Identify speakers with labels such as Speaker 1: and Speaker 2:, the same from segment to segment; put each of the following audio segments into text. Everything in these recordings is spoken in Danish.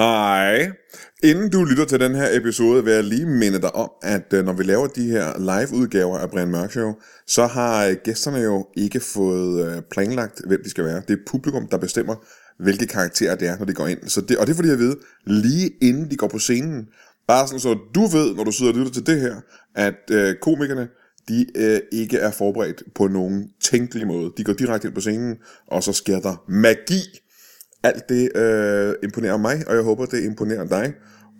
Speaker 1: Hej. Inden du lytter til den her episode, vil jeg lige minde dig om, at øh, når vi laver de her live-udgaver af Brian Mørk Show, så har øh, gæsterne jo ikke fået øh, planlagt, hvem de skal være. Det er publikum, der bestemmer, hvilke karakterer det er, når de går ind. Så det, og det får de at vide, lige inden de går på scenen. Bare sådan, så du ved, når du sidder og lytter til det her, at øh, komikerne, de øh, ikke er forberedt på nogen tænkelig måde. De går direkte ind på scenen, og så sker der magi. Alt det øh, imponerer mig, og jeg håber, det imponerer dig.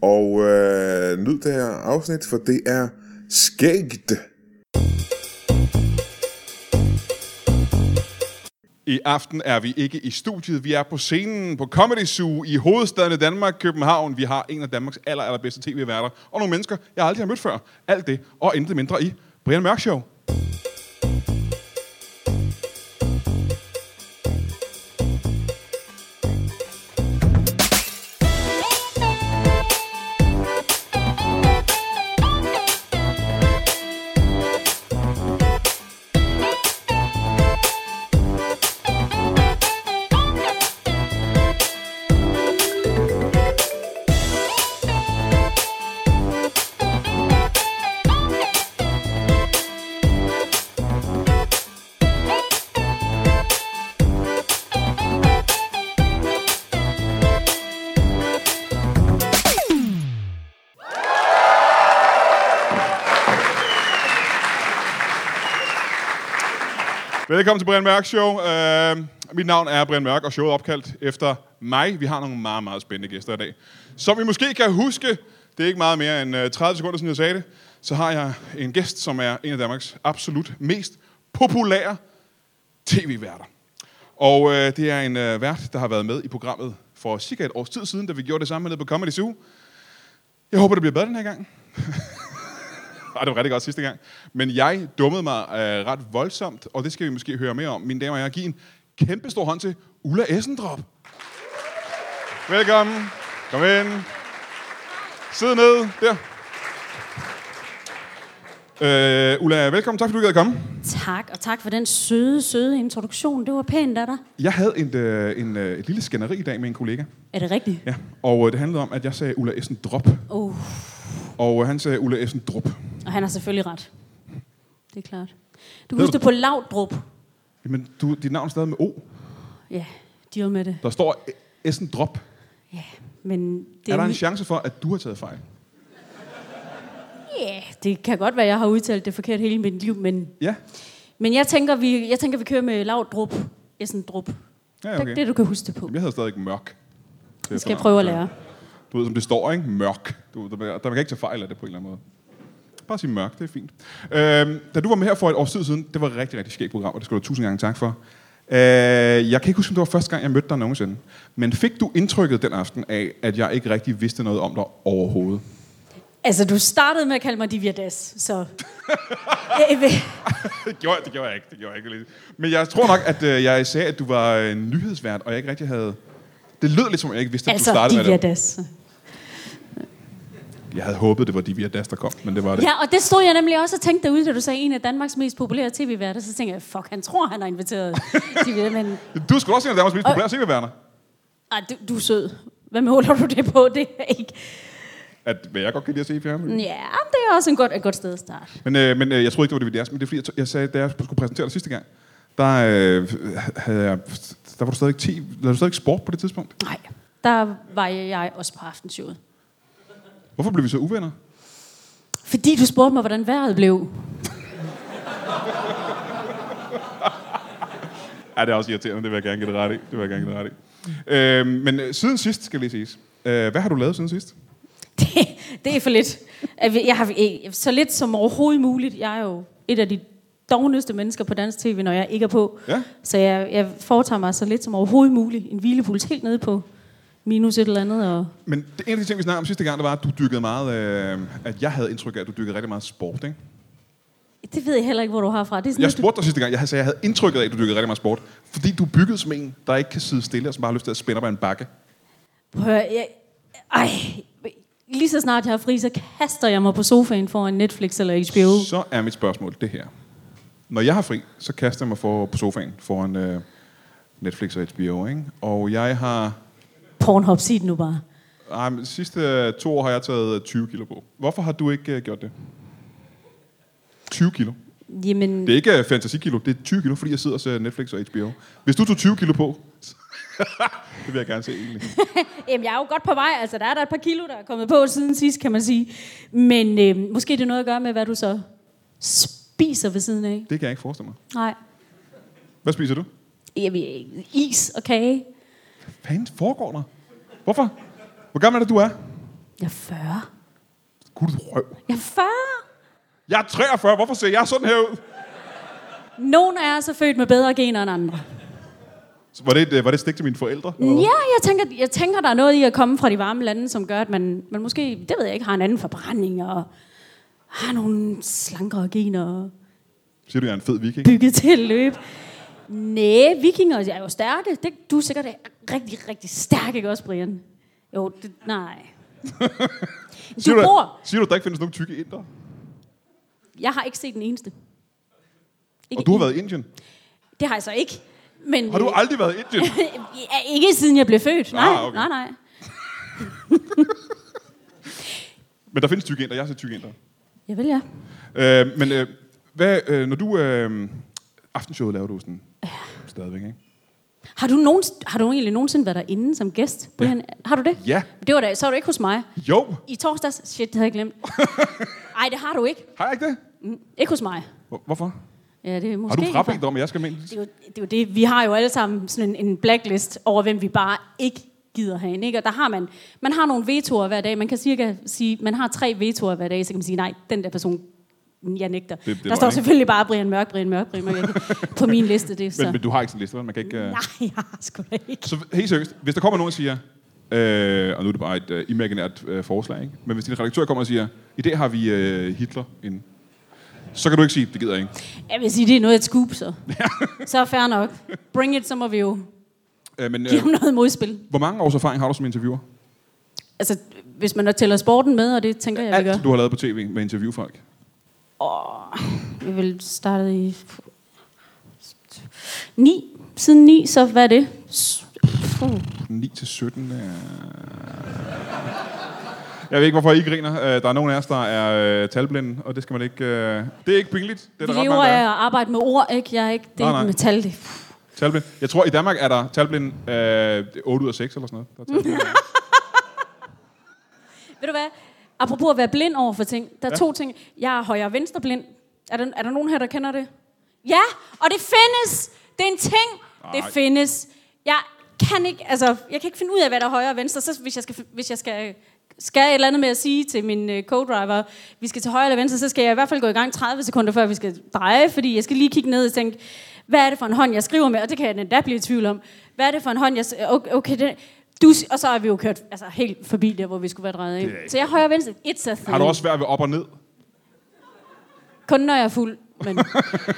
Speaker 1: Og øh, nyd det her afsnit, for det er skægt.
Speaker 2: I aften er vi ikke i studiet, vi er på scenen på Comedy Zoo i hovedstaden i Danmark, København. Vi har en af Danmarks aller, allerbedste tv-værter, og nogle mennesker, jeg aldrig har mødt før. Alt det, og intet mindre i Brian Mørk Show. Velkommen til Brian Mørk Show. Øh, mit navn er Brian Mørk, og showet er opkaldt efter mig. Vi har nogle meget, meget spændende gæster i dag. Som I måske kan huske, det er ikke meget mere end øh, 30 sekunder, siden jeg sagde det, så har jeg en gæst, som er en af Danmarks absolut mest populære tv-værter. Og øh, det er en øh, vært, der har været med i programmet for cirka et års tid siden, da vi gjorde det samme nede på Comedy Zoo. Jeg håber, det bliver bedre den her gang. Ej, det var rigtig godt sidste gang. Men jeg dummede mig øh, ret voldsomt, og det skal vi måske høre mere om. Mine damer og herrer, giv en kæmpe stor hånd til Ulla Essendrop. Velkommen. Kom ind. Sid ned. Der. Øh, Ulla, velkommen. Tak fordi du gad at komme.
Speaker 3: Tak, og tak for den søde, søde introduktion. Det var pænt af dig.
Speaker 2: Jeg havde en, øh, en, øh, et lille skænderi i dag med en kollega.
Speaker 3: Er det rigtigt?
Speaker 2: Ja. Og øh, det handlede om, at jeg sagde Ulla Essendrop.
Speaker 3: Uh,
Speaker 2: Og øh, han sagde Ulla Essendrop.
Speaker 3: og han har selvfølgelig ret. Det er klart. Du
Speaker 2: Ved
Speaker 3: kan huske
Speaker 2: du-
Speaker 3: det på Laudrup.
Speaker 2: Jamen, du, dit navn er stadig med O.
Speaker 3: Ja, deal med det.
Speaker 2: Der står Essendrop.
Speaker 3: Ja, men det
Speaker 2: Er der en
Speaker 3: mi-
Speaker 2: chance for, at du har taget fejl?
Speaker 3: Ja, det kan godt være, jeg har udtalt det forkert hele mit liv, men,
Speaker 2: Ja.
Speaker 3: men jeg, tænker, vi, jeg tænker, vi kører med Laudrup. Essendrup.
Speaker 2: Ja,
Speaker 3: Det,
Speaker 2: okay.
Speaker 3: det, du kan huske det på.
Speaker 2: Jeg havde stadig mørk.
Speaker 3: Det skal jeg prøve at lære.
Speaker 2: Du ved, som det står, ikke? Mørk. Du, der, der, man kan ikke tage fejl af det på en eller anden måde. Bare sige mørk, det er fint. Øhm, da du var med her for et års tid siden, det var et rigtig, rigtig skægt program, og det skal du have tusind gange tak for. Øh, jeg kan ikke huske, om det var første gang, jeg mødte dig nogensinde. Men fik du indtrykket den aften af, at jeg ikke rigtig vidste noget om dig overhovedet?
Speaker 3: Altså, du startede med at kalde mig Diviades, så... Øh, øh,
Speaker 2: det, gjorde, jeg- det gjorde jeg ikke. Det gjorde jeg ikke. Men jeg tror nok, at øh, jeg sagde, at du var øh, nyhedsvært, og jeg ikke rigtig havde... Det lød lidt som, om jeg ikke vidste, at du
Speaker 3: altså,
Speaker 2: startede med det.
Speaker 3: Diviades.
Speaker 2: Jeg havde håbet, det var Divya Das, der kom, men det var det.
Speaker 3: Ja, og det stod jeg nemlig også og tænkte derude, da du sagde, en af Danmarks mest populære tv-værter. Så tænkte jeg, fuck, han tror, han har inviteret tv men
Speaker 2: Du skulle også en af Danmarks mest populære CV-værner.
Speaker 3: ah, du, du er sød. Hvad måler du det på? Det er ikke...
Speaker 2: At, hvad jeg godt kan lide at se i fjernsynet.
Speaker 3: Ja, det er også en godt, et godt sted at starte.
Speaker 2: Men, øh, men øh, jeg troede ikke, det var Divya Das, men det er fordi, jeg, t- jeg sagde, da jeg skulle præsentere dig sidste gang, der, øh, havde jeg, der var du stadig, ti, der var du stadig sport på det tidspunkt.
Speaker 3: Nej, der var jeg også på aftenshowet.
Speaker 2: Hvorfor blev vi så uvenner?
Speaker 3: Fordi du spurgte mig, hvordan vejret blev.
Speaker 2: Ja, det er også irriterende, det vil jeg gerne give dig ret i. Det vil jeg gerne give dig ret i. Øh, men øh, siden sidst, skal lige siges. Øh, hvad har du lavet siden sidst?
Speaker 3: Det, det er for lidt. At vi- Jeg har eh, så lidt som overhovedet muligt. Jeg er jo et af de dogneste mennesker på dansk tv, når jeg ikke er på.
Speaker 2: Ja.
Speaker 3: Så jeg, jeg foretager mig så lidt som overhovedet muligt. En hvilepuls helt nede på minus et eller andet. Og
Speaker 2: Men det, en af de ting, vi snakkede om sidste gang, det var, at du dykkede meget... Øh, at jeg havde indtryk af, at du dykkede rigtig meget sport, ikke?
Speaker 3: det ved jeg heller ikke, hvor du har fra. Det er sådan,
Speaker 2: Jeg
Speaker 3: lidt, du-
Speaker 2: spurgte dig sidste gang, jeg havde, sagde, jeg havde indtrykket af, at du dykkede rigtig meget sport, fordi du byggede som en, der ikke kan sidde stille, og som bare har lyst til at spænde op ad en bakke.
Speaker 3: Prøv at høre, jeg, ej, lige så snart jeg har fri, så kaster jeg mig på sofaen foran Netflix eller HBO.
Speaker 2: Så er mit spørgsmål det her. Når jeg har fri, så kaster jeg mig for, på sofaen foran øh, Netflix og HBO, ikke? Og jeg har...
Speaker 3: Pornhub, sig det nu bare.
Speaker 2: Ej, men de sidste to år har jeg taget 20 kilo på. Hvorfor har du ikke øh, gjort det? 20 kilo.
Speaker 3: Jamen,
Speaker 2: Det er ikke øh, fantasikilo, det er 20 kilo, fordi jeg sidder og ser Netflix og HBO. Hvis du tog 20 kilo på, så- det vil jeg gerne se egentlig.
Speaker 3: Jamen, jeg er jo godt på vej. Altså, der er der et par kilo, der er kommet på siden sidst, kan man sige. Men øh, måske det er noget at gøre med, hvad du så spiser ved siden af.
Speaker 2: Det kan jeg ikke forestille mig.
Speaker 3: Nej.
Speaker 2: Hvad spiser du?
Speaker 3: Jamen, øh, is og kage.
Speaker 2: Hvad fanden foregår der? Hvorfor? Hvor gammel er det, du er?
Speaker 3: Jeg er 40.
Speaker 2: Gud, du røv.
Speaker 3: Jeg er 40!
Speaker 2: Jeg er 43, hvorfor ser jeg sådan her ud?
Speaker 3: Nogle af os er født med bedre gener end andre.
Speaker 2: Så var det, et, øh, var det et stik til mine forældre?
Speaker 3: Ja, jeg tænker, jeg tænker, der er noget i at komme fra de varme lande, som gør, at man, man måske, det ved jeg ikke, har en anden forbrænding og har nogle slankere gener og
Speaker 2: Siger du, jeg er en fed viking?
Speaker 3: bygget til at løbe. Næh, vikinger er jo stærke. Det, du er sikkert rigtig, rigtig stærk, ikke også, Brian? Jo, det, nej. Du
Speaker 2: siger du,
Speaker 3: bor...
Speaker 2: Siger du, at der ikke findes nogen tykke indre?
Speaker 3: Jeg har ikke set den eneste. Ikke
Speaker 2: Og du har
Speaker 3: en-
Speaker 2: været i Indien.
Speaker 3: Det har jeg så ikke. Men
Speaker 2: Har du aldrig været i Indien?
Speaker 3: Ja, ikke siden jeg blev født. Nej,
Speaker 2: Ah, okay.
Speaker 3: nej, nej.
Speaker 2: Men der findes tykke indre. Jeg har set tykke indre.
Speaker 3: Jeg vil, ja.
Speaker 2: Øh, men øh, hvad, øh, når du... Øh, aftenshowet laver du sådan stadigvæk, ikke?
Speaker 3: Har du, nogen, har du egentlig nogensinde været derinde som gæst, Brian? Ja. Har du det?
Speaker 2: Ja.
Speaker 3: Det var da, så var du ikke hos mig.
Speaker 2: Jo,
Speaker 3: I torsdags? Shit, det havde jeg glemt. Nej, det har du ikke.
Speaker 2: har jeg ikke det?
Speaker 3: Ikke hos mig.
Speaker 2: Hvor- Hvorfor?
Speaker 3: Ja, det er
Speaker 2: Har
Speaker 3: måske
Speaker 2: du
Speaker 3: ikke for-
Speaker 2: frabedt dig om, at jeg skal med ind?
Speaker 3: det, er jo, det er jo det, vi har jo alle sammen sådan en, en blacklist over, hvem vi bare ikke gider have ind, ikke? Og der har man, man har nogle vetoer hver dag. Man kan cirka sige, man har tre vetoer hver dag, så kan man sige, nej, den der person, jeg nægter.
Speaker 2: det
Speaker 3: Det, det
Speaker 2: var
Speaker 3: der står
Speaker 2: ikke.
Speaker 3: selvfølgelig bare Brian Mørk, Brian Mørk, Brian Mørk ikke? på min liste. Det, så.
Speaker 2: Men, men du har ikke sådan en liste, vel? Man kan ikke... Øh...
Speaker 3: Nej, jeg har sgu da ikke.
Speaker 2: Så helt seriøst, hvis der kommer nogen og siger, øh, og nu er det bare et øh, imaginært øh, forslag, ikke? men hvis din redaktør kommer og siger, i dag har vi øh, Hitler inde, så kan du ikke sige, det gider jeg ikke.
Speaker 3: Jeg vil sige, det er noget af et scoop, så. så fair nok. Bring it, så må vi jo
Speaker 2: Øh, men øh,
Speaker 3: give ham noget modspil.
Speaker 2: hvor mange års erfaring har du som interviewer?
Speaker 3: Altså, hvis man tæller sporten med, og det tænker jeg, vi gør.
Speaker 2: Alt, du har lavet på tv med interviewfolk.
Speaker 3: Vi vil starte i... Ni. Siden ni, så hvad er det? S- Puh.
Speaker 2: 9-17... Øh... Jeg ved ikke, hvorfor I griner. Øh, der er nogen af os, der er øh, talblinde, og det skal man ikke... Øh... Det er ikke pinligt. Det
Speaker 3: Vi
Speaker 2: er der ret
Speaker 3: lever
Speaker 2: mange, der
Speaker 3: af
Speaker 2: er.
Speaker 3: at arbejde med ord, ikke? Jeg er ikke... Det
Speaker 2: Nej,
Speaker 3: er
Speaker 2: nej.
Speaker 3: ikke metal, det. Puh.
Speaker 2: Talblinde. Jeg tror, i Danmark er der talblinde øh, det er 8 ud af 6 eller sådan noget. Der er talblinde.
Speaker 3: Ved du hvad? Apropos at være blind over for ting. Der er ja. to ting. Jeg er højre og venstre blind. Er der, er der nogen her, der kender det? Ja, og det findes. Det er en ting. Ej. Det
Speaker 2: Ej.
Speaker 3: findes. Jeg kan ikke, altså, jeg kan ikke finde ud af, hvad der er højre og venstre. Så hvis jeg skal, hvis jeg skal, skal et eller andet med at sige til min øh, co-driver, vi skal til højre eller venstre, så skal jeg i hvert fald gå i gang 30 sekunder, før vi skal dreje, fordi jeg skal lige kigge ned og tænke, hvad er det for en hånd, jeg skriver med? Og det kan jeg endda blive i tvivl om. Hvad er det for en hånd, jeg... s- Okay, okay det, du, og så er vi jo kørt altså, helt forbi der, hvor vi skulle være drejet
Speaker 2: Det er
Speaker 3: af.
Speaker 2: ikke
Speaker 3: Så jeg er højre og venstre. It's a thing.
Speaker 2: har du også svært ved op og ned?
Speaker 3: Kun når jeg er fuld, men...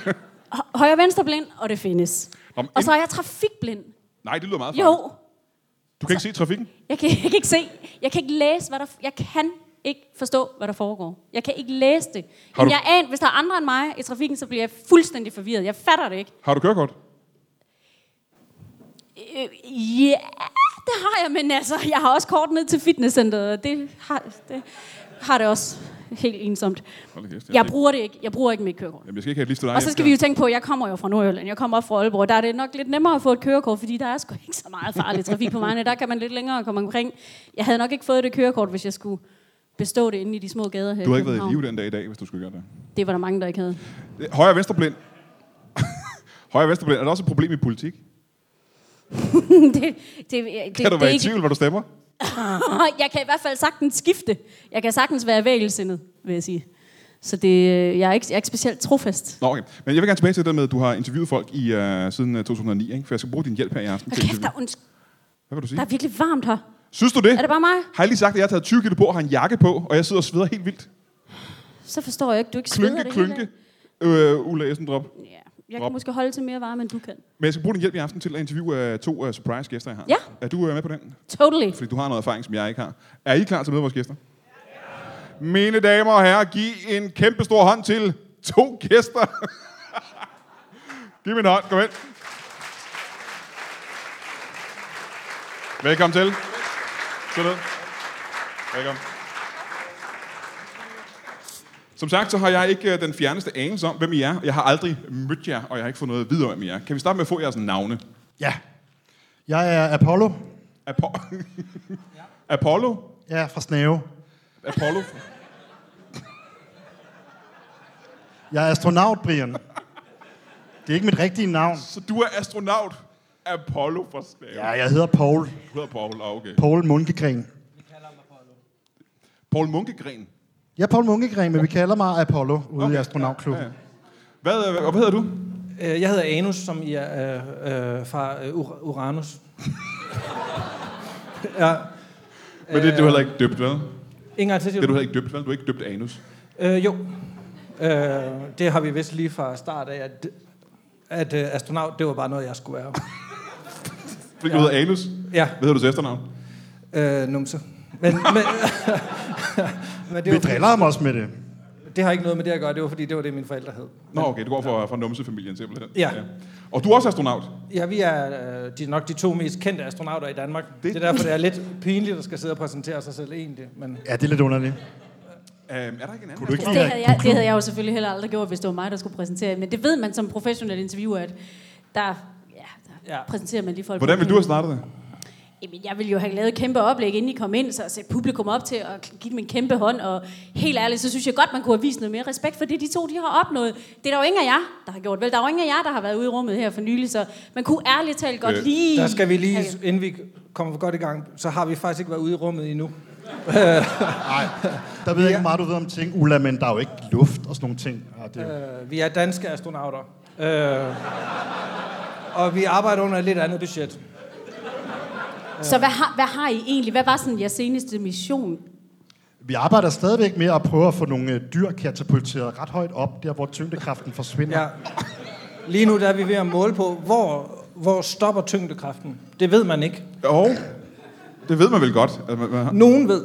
Speaker 3: Hø- højre og venstre blind, og det findes.
Speaker 2: Om
Speaker 3: Og så er jeg trafikblind.
Speaker 2: Nej, det lyder meget farligt.
Speaker 3: Jo,
Speaker 2: Du kan ikke se trafikken?
Speaker 3: Jeg kan, jeg kan ikke se, jeg kan ikke læse, hvad der, jeg kan ikke forstå, hvad der foregår. Jeg kan ikke læse det.
Speaker 2: Har
Speaker 3: Har
Speaker 2: du-
Speaker 3: du... jeg er, hvis der er andre end mig i trafikken, så bliver jeg fuldstændig forvirret. Jeg fatter det ikke.
Speaker 2: Har du kørekort?
Speaker 3: Øh, ja, det har jeg, men altså, jeg har også kort ned til fitnesscenteret, og det har det, har det også helt ensomt.
Speaker 2: Hold da kæft, jeg
Speaker 3: Jeg
Speaker 2: fik-
Speaker 3: bruger det ikke. Jeg bruger ikke mit kørekort.
Speaker 2: Jamen, jeg skal ikke have et liste til dig.
Speaker 3: Og så skal vi jo tænke på, at jeg kommer jo fra Nordjylland. Jeg kommer op fra Aalborg. Der er det nok lidt nemmere at få et kørekort, fordi der er sgu ikke så meget farlig trafik på vejene. Der kan man lidt længere komme omkring. Jeg havde nok ikke fået det kørekort, hvis jeg skulle bestå det inde i de små gader her.
Speaker 2: Du har
Speaker 3: i
Speaker 2: ikke været i
Speaker 3: København.
Speaker 2: live den dag i dag, hvis du skulle gøre det.
Speaker 3: Det var der mange, der ikke havde.
Speaker 2: Det- Højre og venstre blind. Højre og venstre blind. Er der også et problem i politik?
Speaker 3: det, det, det,
Speaker 2: Kan du
Speaker 3: det er
Speaker 2: være i
Speaker 3: ikke...
Speaker 2: tvivl, hvad du stemmer?
Speaker 3: Jeg kan i hvert fald sagtens skifte. Jeg kan sagtens være vægelsindet, vil jeg sige. Så det, øh, jeg, er ikke, jeg er ikke specielt trofast.
Speaker 2: Nå, okay. Men jeg vil gerne tilbage til det der med, at du har interviewet folk i, uh, siden øh, 2009, ikke? for jeg skal bruge din hjælp her i aften.
Speaker 3: Hold
Speaker 2: til
Speaker 3: kæft,
Speaker 2: interview.
Speaker 3: der er, unds-
Speaker 2: Hvad vil du sige?
Speaker 3: der er virkelig varmt her.
Speaker 2: Synes du det?
Speaker 3: Er det bare mig?
Speaker 2: Har jeg lige sagt, at jeg har taget 20 kilo på og har en jakke på, og jeg sidder og sveder helt vildt?
Speaker 3: Så forstår jeg ikke, du ikke sveder
Speaker 2: Klynke,
Speaker 3: det
Speaker 2: klynke.
Speaker 3: hele.
Speaker 2: Øh, Ulla Essendrop.
Speaker 3: Ja, jeg
Speaker 2: Drop.
Speaker 3: kan måske holde til mere varme, end du kan.
Speaker 2: Men jeg skal bruge din hjælp i aften til at interviewe uh, to uh, surprise gæster, jeg har.
Speaker 3: Ja.
Speaker 2: Er du uh, med på den?
Speaker 3: Totally.
Speaker 2: Fordi du har noget erfaring, som jeg ikke har. Er I klar til at møde vores gæster? Mine damer og herrer, giv en kæmpe stor hånd til to gæster. giv mig en hånd. Kom ind. Velkommen til. Sådan. Velkommen. Som sagt, så har jeg ikke øh, den fjerneste anelse om, hvem I er. Jeg har aldrig mødt jer, og jeg har ikke fået noget at vide om, hvem I er. Kan vi starte med at få jeres navne?
Speaker 4: Ja. Jeg er Apollo.
Speaker 2: Apo- Apollo?
Speaker 4: Jeg er fra Snæve.
Speaker 2: Apollo?
Speaker 4: Jeg er astronaut, Brian. Det er ikke mit rigtige navn.
Speaker 2: Så du er astronaut? Apollo fra Snæve.
Speaker 4: Ja, jeg hedder Paul.
Speaker 2: Du hedder Paul, ah, okay.
Speaker 4: Paul Munkegren.
Speaker 2: Paul Munkegren.
Speaker 4: Jeg er Paul Munkegren, men vi kalder mig Apollo ude okay. i astronautklubben.
Speaker 2: Ja, ja. Hvad, øh, og hvad hedder du?
Speaker 5: Øh, Jeg hedder Anus, som I er øh, øh, fra øh, Ur- Uranus. ja,
Speaker 2: Men det, det er du heller ikke døbt, vel?
Speaker 5: en gang til,
Speaker 2: Det er
Speaker 5: siger
Speaker 2: du
Speaker 5: du.
Speaker 2: heller ikke døbt, vel? Du er ikke døbt anus.
Speaker 5: Øh, jo, øh, det har vi vist lige fra start af, at, at øh, astronaut, det var bare noget, jeg skulle være.
Speaker 2: Fordi ja. du hedder anus.
Speaker 5: Ja,
Speaker 2: Hvad hedder du til efternavn?
Speaker 5: øh, numse. Men, men, men det,
Speaker 4: Vi
Speaker 5: var,
Speaker 4: driller ham også med det.
Speaker 5: det har ikke noget med det at gøre, det var fordi, det var det, mine forældre hed.
Speaker 2: Nå, okay, du går fra, fra numsefamilien simpelthen.
Speaker 5: Ja.
Speaker 2: Og du er også astronaut.
Speaker 5: Ja, vi er øh, de, nok de to mest kendte astronauter i Danmark. Det, det er derfor, det er lidt pinligt at skal sidde og præsentere sig selv egentlig. Men
Speaker 4: Ja, det er lidt underligt.
Speaker 2: Øhm, er der ikke en anden?
Speaker 4: Kunne du ikke
Speaker 3: Altså, Det havde, jeg, det havde jeg jo selvfølgelig heller aldrig gjort, hvis det var mig, der skulle præsentere. Men det ved man som professionel interviewer, at der, ja, der ja.
Speaker 5: Ja.
Speaker 3: præsenterer man lige folk.
Speaker 2: Hvordan vil du have startet det?
Speaker 3: Jamen, jeg ville jo have lavet et kæmpe oplæg, inden I kom ind, så at sætte publikum op til at give dem en kæmpe hånd. Og helt ærligt, så synes jeg godt, man kunne have vist noget mere respekt for det, de to de har opnået. Det er der jo ingen af jer, der har gjort. Vel, der er jo ingen af jer, der har været ude i rummet her for nylig, så man kunne ærligt talt godt
Speaker 2: Øh,
Speaker 3: lige...
Speaker 5: Der skal vi lige,
Speaker 3: have-
Speaker 5: inden vi kommer godt i gang, så har vi faktisk ikke været ude i rummet endnu.
Speaker 4: Nej, der ved jeg ikke, hvor meget du ved om ting, Ulla, men der er jo ikke luft og sådan nogle ting. Ja, det er jo...
Speaker 5: Øh, vi er danske astronauter. Øh, og vi arbejder under et lidt andet budget.
Speaker 3: Så hvad har, hvad har I egentlig? Hvad var sådan jeres seneste mission?
Speaker 4: Vi arbejder stadigvæk med at prøve at få nogle øh, dyr katapulteret ret højt op, der hvor tyngdekraften forsvinder.
Speaker 5: Ja. Lige nu der er vi ved at måle på, hvor, hvor stopper tyngdekraften. Det ved man ikke.
Speaker 2: Og det ved man vel godt. at man- man har-
Speaker 5: Nogen ved.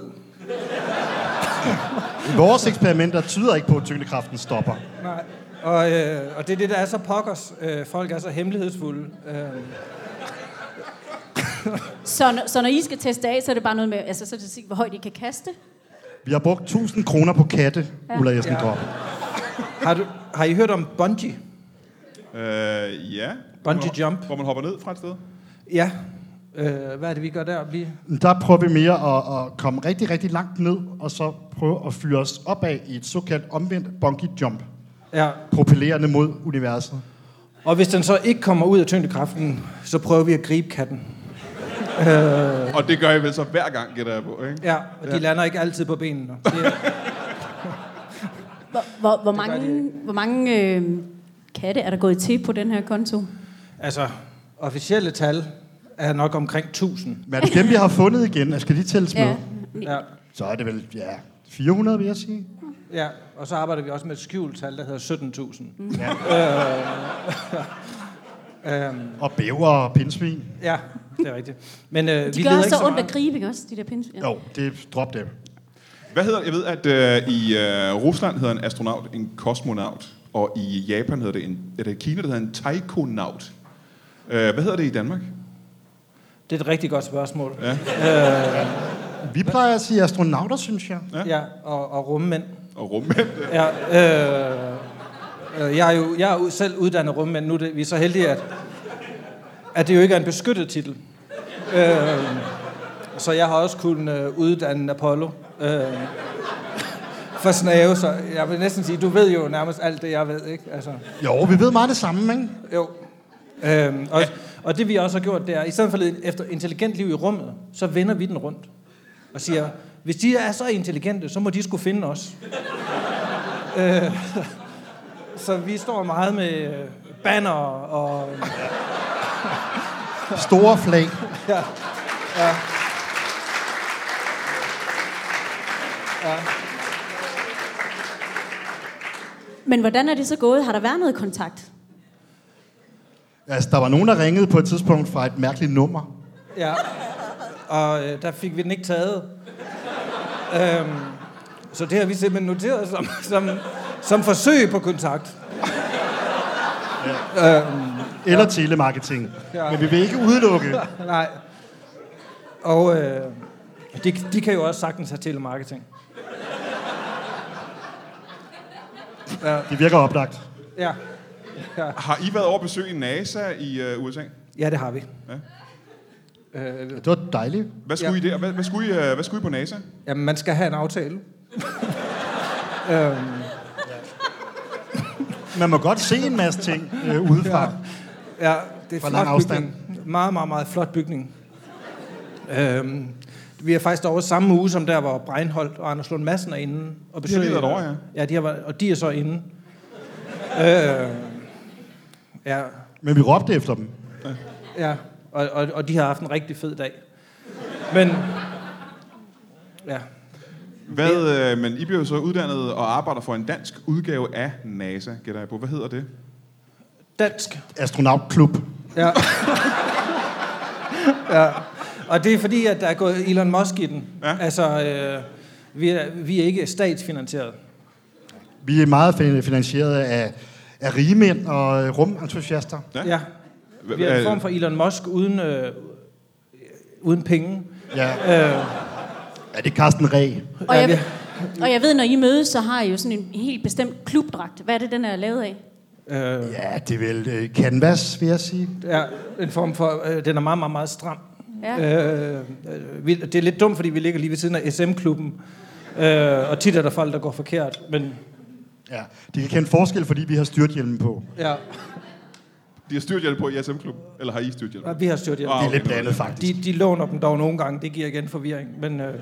Speaker 4: Vores eksperimenter tyder ikke på, at tyngdekraften stopper.
Speaker 5: Nej. Og, øh, og det er det, der er så pokkers. Øh, folk er så hemmelighedsfulde. Øh,
Speaker 3: Så, når- så når I skal teste af, så er det bare noget med, altså, så er det at se, hvor højt I kan kaste.
Speaker 4: Vi har brugt 1000 kroner på katte,
Speaker 3: Ja.
Speaker 4: Ulla Jessendorp.
Speaker 5: har, du, har I hørt om bungee?
Speaker 2: Øh, ja.
Speaker 5: Bungee jump.
Speaker 2: Hvor man hopper ned fra et sted. Ja.
Speaker 5: Ja. Øh, hvad er det, vi gør der? Vi,
Speaker 4: Der prøver vi mere at, at komme rigtig, rigtig langt ned, og så prøve at fyre os opad i et såkaldt omvendt bungee jump,
Speaker 5: ja.
Speaker 4: propellerende mod universet.
Speaker 5: Og hvis den så ikke kommer ud af tyngdekraften, så prøver vi at gribe katten.
Speaker 2: Og det gør I vel så hver gang, gætter jeg på, ikke?
Speaker 5: Ja, og de lander ikke altid på benene. Det er,
Speaker 3: Hvor, hvor, hvor
Speaker 5: gør
Speaker 3: mange, hvor mange øh, katte er der gået til på den her konto?
Speaker 5: altså, officielle tal er nok omkring 1000.
Speaker 4: Men er det dem, vi har fundet igen? Skal de tælles med?
Speaker 3: Ja.
Speaker 5: Ja,
Speaker 4: Så er det vel, ja, 400, vil jeg sige.
Speaker 5: ja. Og så arbejder vi også med et skjult tal, der hedder 17.000. Mm. Ja. Øh, øhm,
Speaker 4: Og bæver og pindsvin.
Speaker 5: ja, det er rigtigt. Men øh,
Speaker 3: De
Speaker 5: vi
Speaker 3: gør
Speaker 5: leder
Speaker 3: også
Speaker 5: ikke
Speaker 3: så
Speaker 5: så
Speaker 3: ondt at
Speaker 5: meget.
Speaker 3: gribe, ikke også? De der pins. Ja.
Speaker 4: Jo, det drop dem.
Speaker 2: Hvad hedder Jeg ved, at øh, i øh, Rusland hedder en astronaut en kosmonaut. Og i Japan hedder det en... Er det Kina, der hedder en taikonaut? Øh, hvad hedder det i Danmark?
Speaker 5: Det er et rigtig godt spørgsmål. Ja,
Speaker 4: Vi plejer at sige astronauter, synes jeg.
Speaker 5: ja og, og rummænd.
Speaker 2: Og rummænd. øh.
Speaker 5: Ja, øh, øh, jeg er jo jeg er jo selv uddannet rummænd. Nu er det, vi er så heldige, at, at det jo ikke er en beskyttet titel. Øh, så jeg har også kunnet øh, uddanne Apollo. Øh, for snave, så jeg vil næsten sige, du ved jo nærmest alt det, jeg ved, ikke? Altså,
Speaker 4: Jo, vi ved meget det samme, ikke?
Speaker 5: jo. Øhm, og, og det vi også har gjort, det er, i stedet for at lede efter intelligent liv i rummet, så vender vi den rundt og siger, hvis de er så intelligente, så må de skulle finde os. øh, så vi står meget med øh, banner og...
Speaker 4: Store flag.
Speaker 5: Ja, ja.
Speaker 3: Men hvordan er det så gået? Har der været noget kontakt?
Speaker 4: Altså, der var nogen, der ringede på et tidspunkt fra et mærkeligt nummer.
Speaker 5: Ja. Og øh, der fik vi den ikke taget. Øhm, så det har vi simpelthen noteret som, som, som forsøg på kontakt.
Speaker 4: Eller telemarketing.
Speaker 5: Ja.
Speaker 4: Men vi vil ikke udelukke.
Speaker 5: Nej. Og øh, De, de kan jo også sagtens have telemarketing. Ja,
Speaker 4: Det virker oplagt.
Speaker 5: ja.
Speaker 2: Har I været over at besøge NASA i øh, USA?
Speaker 5: ja det har vi.
Speaker 2: Ja.
Speaker 5: Øh,
Speaker 4: Det var dejligt.
Speaker 2: Hvad skulle
Speaker 5: Ja.
Speaker 2: I der? Hvad, hvad, skulle I, øh, hvad skulle I på NASA?
Speaker 5: jamen, man skal have en aftale. øhm,
Speaker 4: Man må godt se en masse ting øh, udefra. Ja.
Speaker 5: Ja, det er
Speaker 4: Hvor
Speaker 5: en
Speaker 4: lang
Speaker 5: flot
Speaker 4: afstand?
Speaker 5: bygning. Meget, meget, meget flot bygning. Øhm, vi er faktisk over samme uge, som der, hvor Breinholt og Anders Lund Madsen er inde. Og
Speaker 2: lige været derovre, ja.
Speaker 5: ja. de har, været- og de er så inde. Øh, ja,
Speaker 4: Men vi råbte efter dem.
Speaker 5: ja. Og, og, og, de har haft en rigtig fed dag. Men, ja,
Speaker 2: Hvad, øh, men I bliver jo så uddannet og arbejder for en dansk udgave af NASA, gætter jeg på. Hvad hedder det?
Speaker 5: dansk.
Speaker 4: Astronautklub.
Speaker 5: Ja. ja. Og det er fordi, at der er gået Elon Musk i den.
Speaker 2: Ja.
Speaker 5: Altså, øh, vi, er, vi er ikke statsfinansieret.
Speaker 4: Vi er meget fin- finansieret af, af rige mænd og øh, rumentusiaster.
Speaker 2: Ja.
Speaker 5: Ja.
Speaker 2: Hva-
Speaker 5: Vi er en
Speaker 2: hva-
Speaker 5: form for Elon Musk uden, øh, uden penge.
Speaker 4: Ja.
Speaker 5: Øh,
Speaker 4: ja, det er Carsten Reh.
Speaker 3: Og,
Speaker 5: Ja,
Speaker 3: jeg,
Speaker 5: det-
Speaker 3: ved- og jeg ved, når I mødes, så har I jo sådan en helt bestemt klubdragt. Hvad er det, den er lavet af?
Speaker 5: øh,
Speaker 4: Ja, det er vel øh, canvas, vil jeg sige.
Speaker 5: er en form for, øh, den er meget, meget, meget stram.
Speaker 3: Ja.
Speaker 5: Øh, øh, vi, det er lidt dumt, fordi vi ligger lige ved siden af SM-klubben. Øh, og tit er der folk, der går forkert. Men
Speaker 4: Ja, de kan kende forskel, fordi vi har styrthjelmen på.
Speaker 5: ja,
Speaker 2: De har styrt hjælp på i SM-klubben? Eller har I styrt hjælp?
Speaker 5: vi har styrt hjælp.
Speaker 2: Ah,
Speaker 4: Det er
Speaker 2: okay,
Speaker 4: lidt
Speaker 2: det var
Speaker 4: blandet, faktisk.
Speaker 5: De, de låner dem dog nogle gange, det giver igen forvirring. Men øh,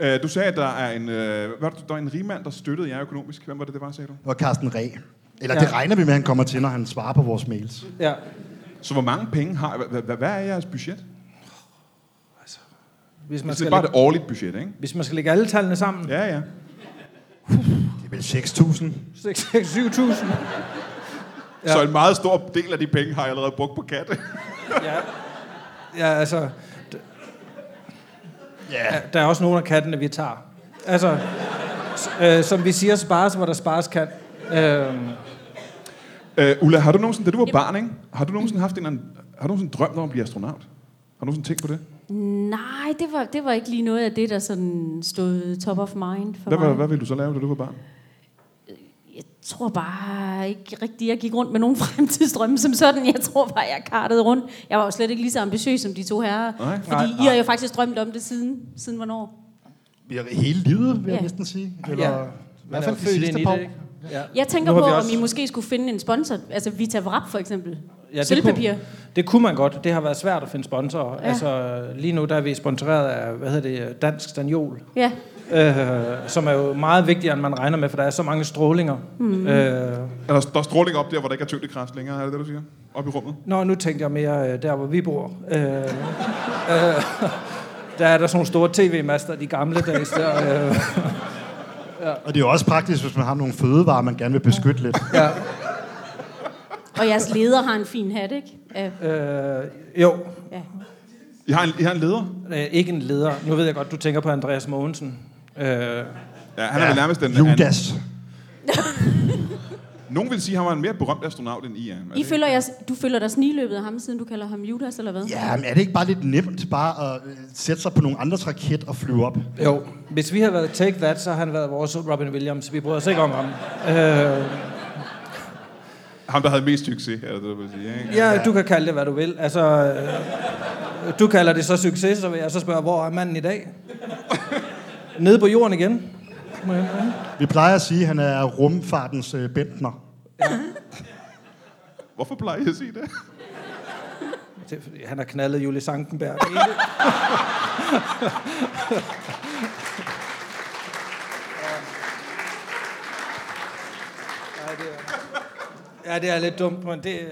Speaker 2: Øh, du sagde, at der er en, øh, hvad var det, der er en rigmand, der støttede jer økonomisk. Hvem var det, det var, sagde du?
Speaker 4: Og Carsten Reh. Eller
Speaker 5: Ja.
Speaker 4: ja. det regner vi med, at han kommer til, når han svarer på vores mails.
Speaker 5: ja,
Speaker 2: Så hvor mange penge har hva, hva, Hvad er jeres budget?
Speaker 5: hvis
Speaker 2: Altså,
Speaker 5: man,
Speaker 2: det
Speaker 5: skal
Speaker 2: er bare
Speaker 5: lægge,
Speaker 2: et årligt budget, ikke?
Speaker 5: hvis man skal lægge alle tallene sammen,
Speaker 2: Ja, ja.
Speaker 4: Det er vel 6.000.
Speaker 5: 6-7.000.
Speaker 2: Ja. Så en meget stor del af de penge har jeg allerede brugt på katte.
Speaker 5: Ja, ja altså,
Speaker 4: Ja.
Speaker 5: der er også nogle af kattene, vi tager. Altså, s- øh, som vi siger, spares, hvor der spares kan. Øh,
Speaker 2: øh, Ulla, har du nogensinde, da du var barn, ikke? Har du nogensinde haft en, eller anden- har du nogensinde drømt om at blive astronaut? Har du nogensinde tænkt på det?
Speaker 3: Nej, det var, det var ikke lige noget af det, der sådan stod top of mind for
Speaker 2: Hvad,
Speaker 3: mig.
Speaker 2: hvad, hvad ville du så lave, da du var barn?
Speaker 3: Jeg tror bare ikke rigtigt, jeg gik rundt med nogen fremtidsdrømme som sådan. Jeg tror bare, jeg kartede rundt. Jeg var jo slet ikke lige så ambitiøs som de to herrer.
Speaker 2: Nej.
Speaker 3: fordi
Speaker 5: Nej,
Speaker 3: I
Speaker 5: nej.
Speaker 3: har jo faktisk drømt om det siden, siden hvornår?
Speaker 4: Vi har hele livet, vil jeg
Speaker 3: Ja.
Speaker 4: næsten sige. Eller
Speaker 5: Ja.
Speaker 4: ja. i hvert fald de sidste par år.
Speaker 5: Ja.
Speaker 3: Jeg tænker
Speaker 5: Nu
Speaker 3: på,
Speaker 5: har vi
Speaker 3: også...
Speaker 5: også-
Speaker 3: om I måske skulle finde en sponsor. Altså Vita Vrap for eksempel.
Speaker 5: Ja, det
Speaker 3: Sølvpapir.
Speaker 5: Det kunne man godt. Det har været svært at finde sponsorer.
Speaker 3: Ja.
Speaker 5: Ja. Altså, lige nu der er vi sponsoreret af, hvad hedder det, Dansk Stanjol.
Speaker 3: Ja.
Speaker 5: Øh, som er jo meget vigtigere, end man regner med, for der er så mange strålinger. Mm. Øh,
Speaker 2: Er der, der er stråling op der, hvor der ikke er tyngdekraft længere, er det det, du siger? Op i rummet?
Speaker 5: Nå, nu tænkte jeg mere øh, der, hvor vi bor. Øh, øh, der er der sådan nogle store tv-master, de gamle dage. Der, øh,
Speaker 4: Og det er jo også praktisk, hvis man har nogle fødevarer, man gerne vil beskytte lidt.
Speaker 5: ja,
Speaker 3: Og jeres leder har en fin hat, ikke? Ja.
Speaker 5: øh, jo,
Speaker 3: ja.
Speaker 2: I har en, I har en leder?
Speaker 5: øh, ikke en leder. Nu ved jeg godt, du tænker på Andreas Mogensen. Øh,
Speaker 2: Ja, han ja. er vel nærmest den
Speaker 4: Judas.
Speaker 2: Han, nogen vil sige, at han var en mere berømt astronaut, end I er. er. det
Speaker 3: I
Speaker 2: ikke?
Speaker 3: følger jeres, du følger dig sniløbet af ham, siden du kalder ham Judas, eller hvad?
Speaker 4: Ja, men er det ikke bare lidt nemt bare at øh, sætte sig på nogle andres raket og flyve op?
Speaker 5: jo, hvis vi havde været Take That, så havde han været vores Robin Williams. Vi bryder os ikke om ham. Øh,
Speaker 2: Ham, der havde mest succes, er det det, du vil sige. Ikke?
Speaker 5: ja, du kan kalde det, hvad du vil. Altså, øh, du kalder det så succes, så vil jeg så spørge, hvor er manden i dag? Nede på jorden igen?
Speaker 4: Vi plejer at sige, at han er rumfartens øh, Bentner.
Speaker 2: Hvorfor plejer jeg at sige det?
Speaker 5: Det er, fordi han har knaldet Julie Sankenberg. Det ene- Ja, det er lidt dumt, men det, øh,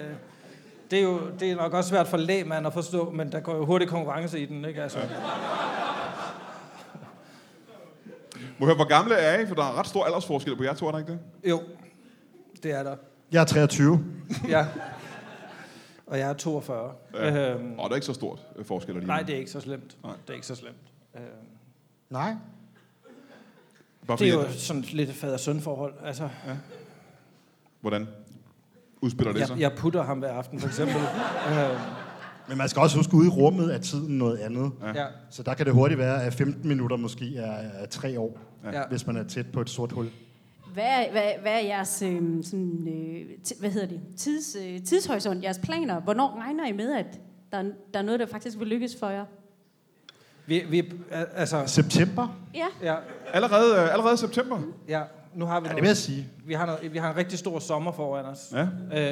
Speaker 5: det er jo det er nok også svært for lægmand at forstå, men der går jo hurtig konkurrence i den, ikke? Altså,
Speaker 2: Må jeg høre, hvor gamle er I? For der er ret stor aldersforskel på jer to, er der ikke det?
Speaker 5: jo, det er der.
Speaker 4: Jeg er 23.
Speaker 5: Ja. Og jeg er 42. Ja. Øhm,
Speaker 2: Åh, der er ikke så stort øh, forskel alligevel.
Speaker 5: nej, det er ikke så slemt.
Speaker 2: Nej.
Speaker 5: Det er ikke så slemt. Øhm,
Speaker 4: Nej.
Speaker 2: Bare fordi,
Speaker 5: det er jo
Speaker 2: at-
Speaker 5: sådan lidt et fader-søn-forhold. Altså,
Speaker 2: Hvordan udspiller det sig?
Speaker 5: Jeg, jeg putter ham hver aften, for eksempel. øh,
Speaker 4: Men man skal også huske, ude i rummet er tiden noget andet.
Speaker 5: Ja.
Speaker 4: Så der kan det hurtigt være, at 15 minutter måske er, er tre år,
Speaker 5: Ja.
Speaker 4: ja. hvis man er tæt på et sort hul.
Speaker 3: Hvad er, hvad, hvad er jeres øh, sådan, øh, ti- hvad hedder det? Tids, øh, tidshorisont, jeres planer? Hvornår regner I med, at der, er- der er noget, der faktisk vil lykkes for jer?
Speaker 5: Vi, vi, al- altså,
Speaker 4: September?
Speaker 3: Ja,
Speaker 5: ja,
Speaker 2: Allerede, øh, allerede september.
Speaker 5: ja, nu har vi,
Speaker 4: Ja, det vil jeg
Speaker 5: noget,
Speaker 4: sige.
Speaker 5: vi, har noget, vi har en rigtig stor sommer foran os.
Speaker 2: Ja.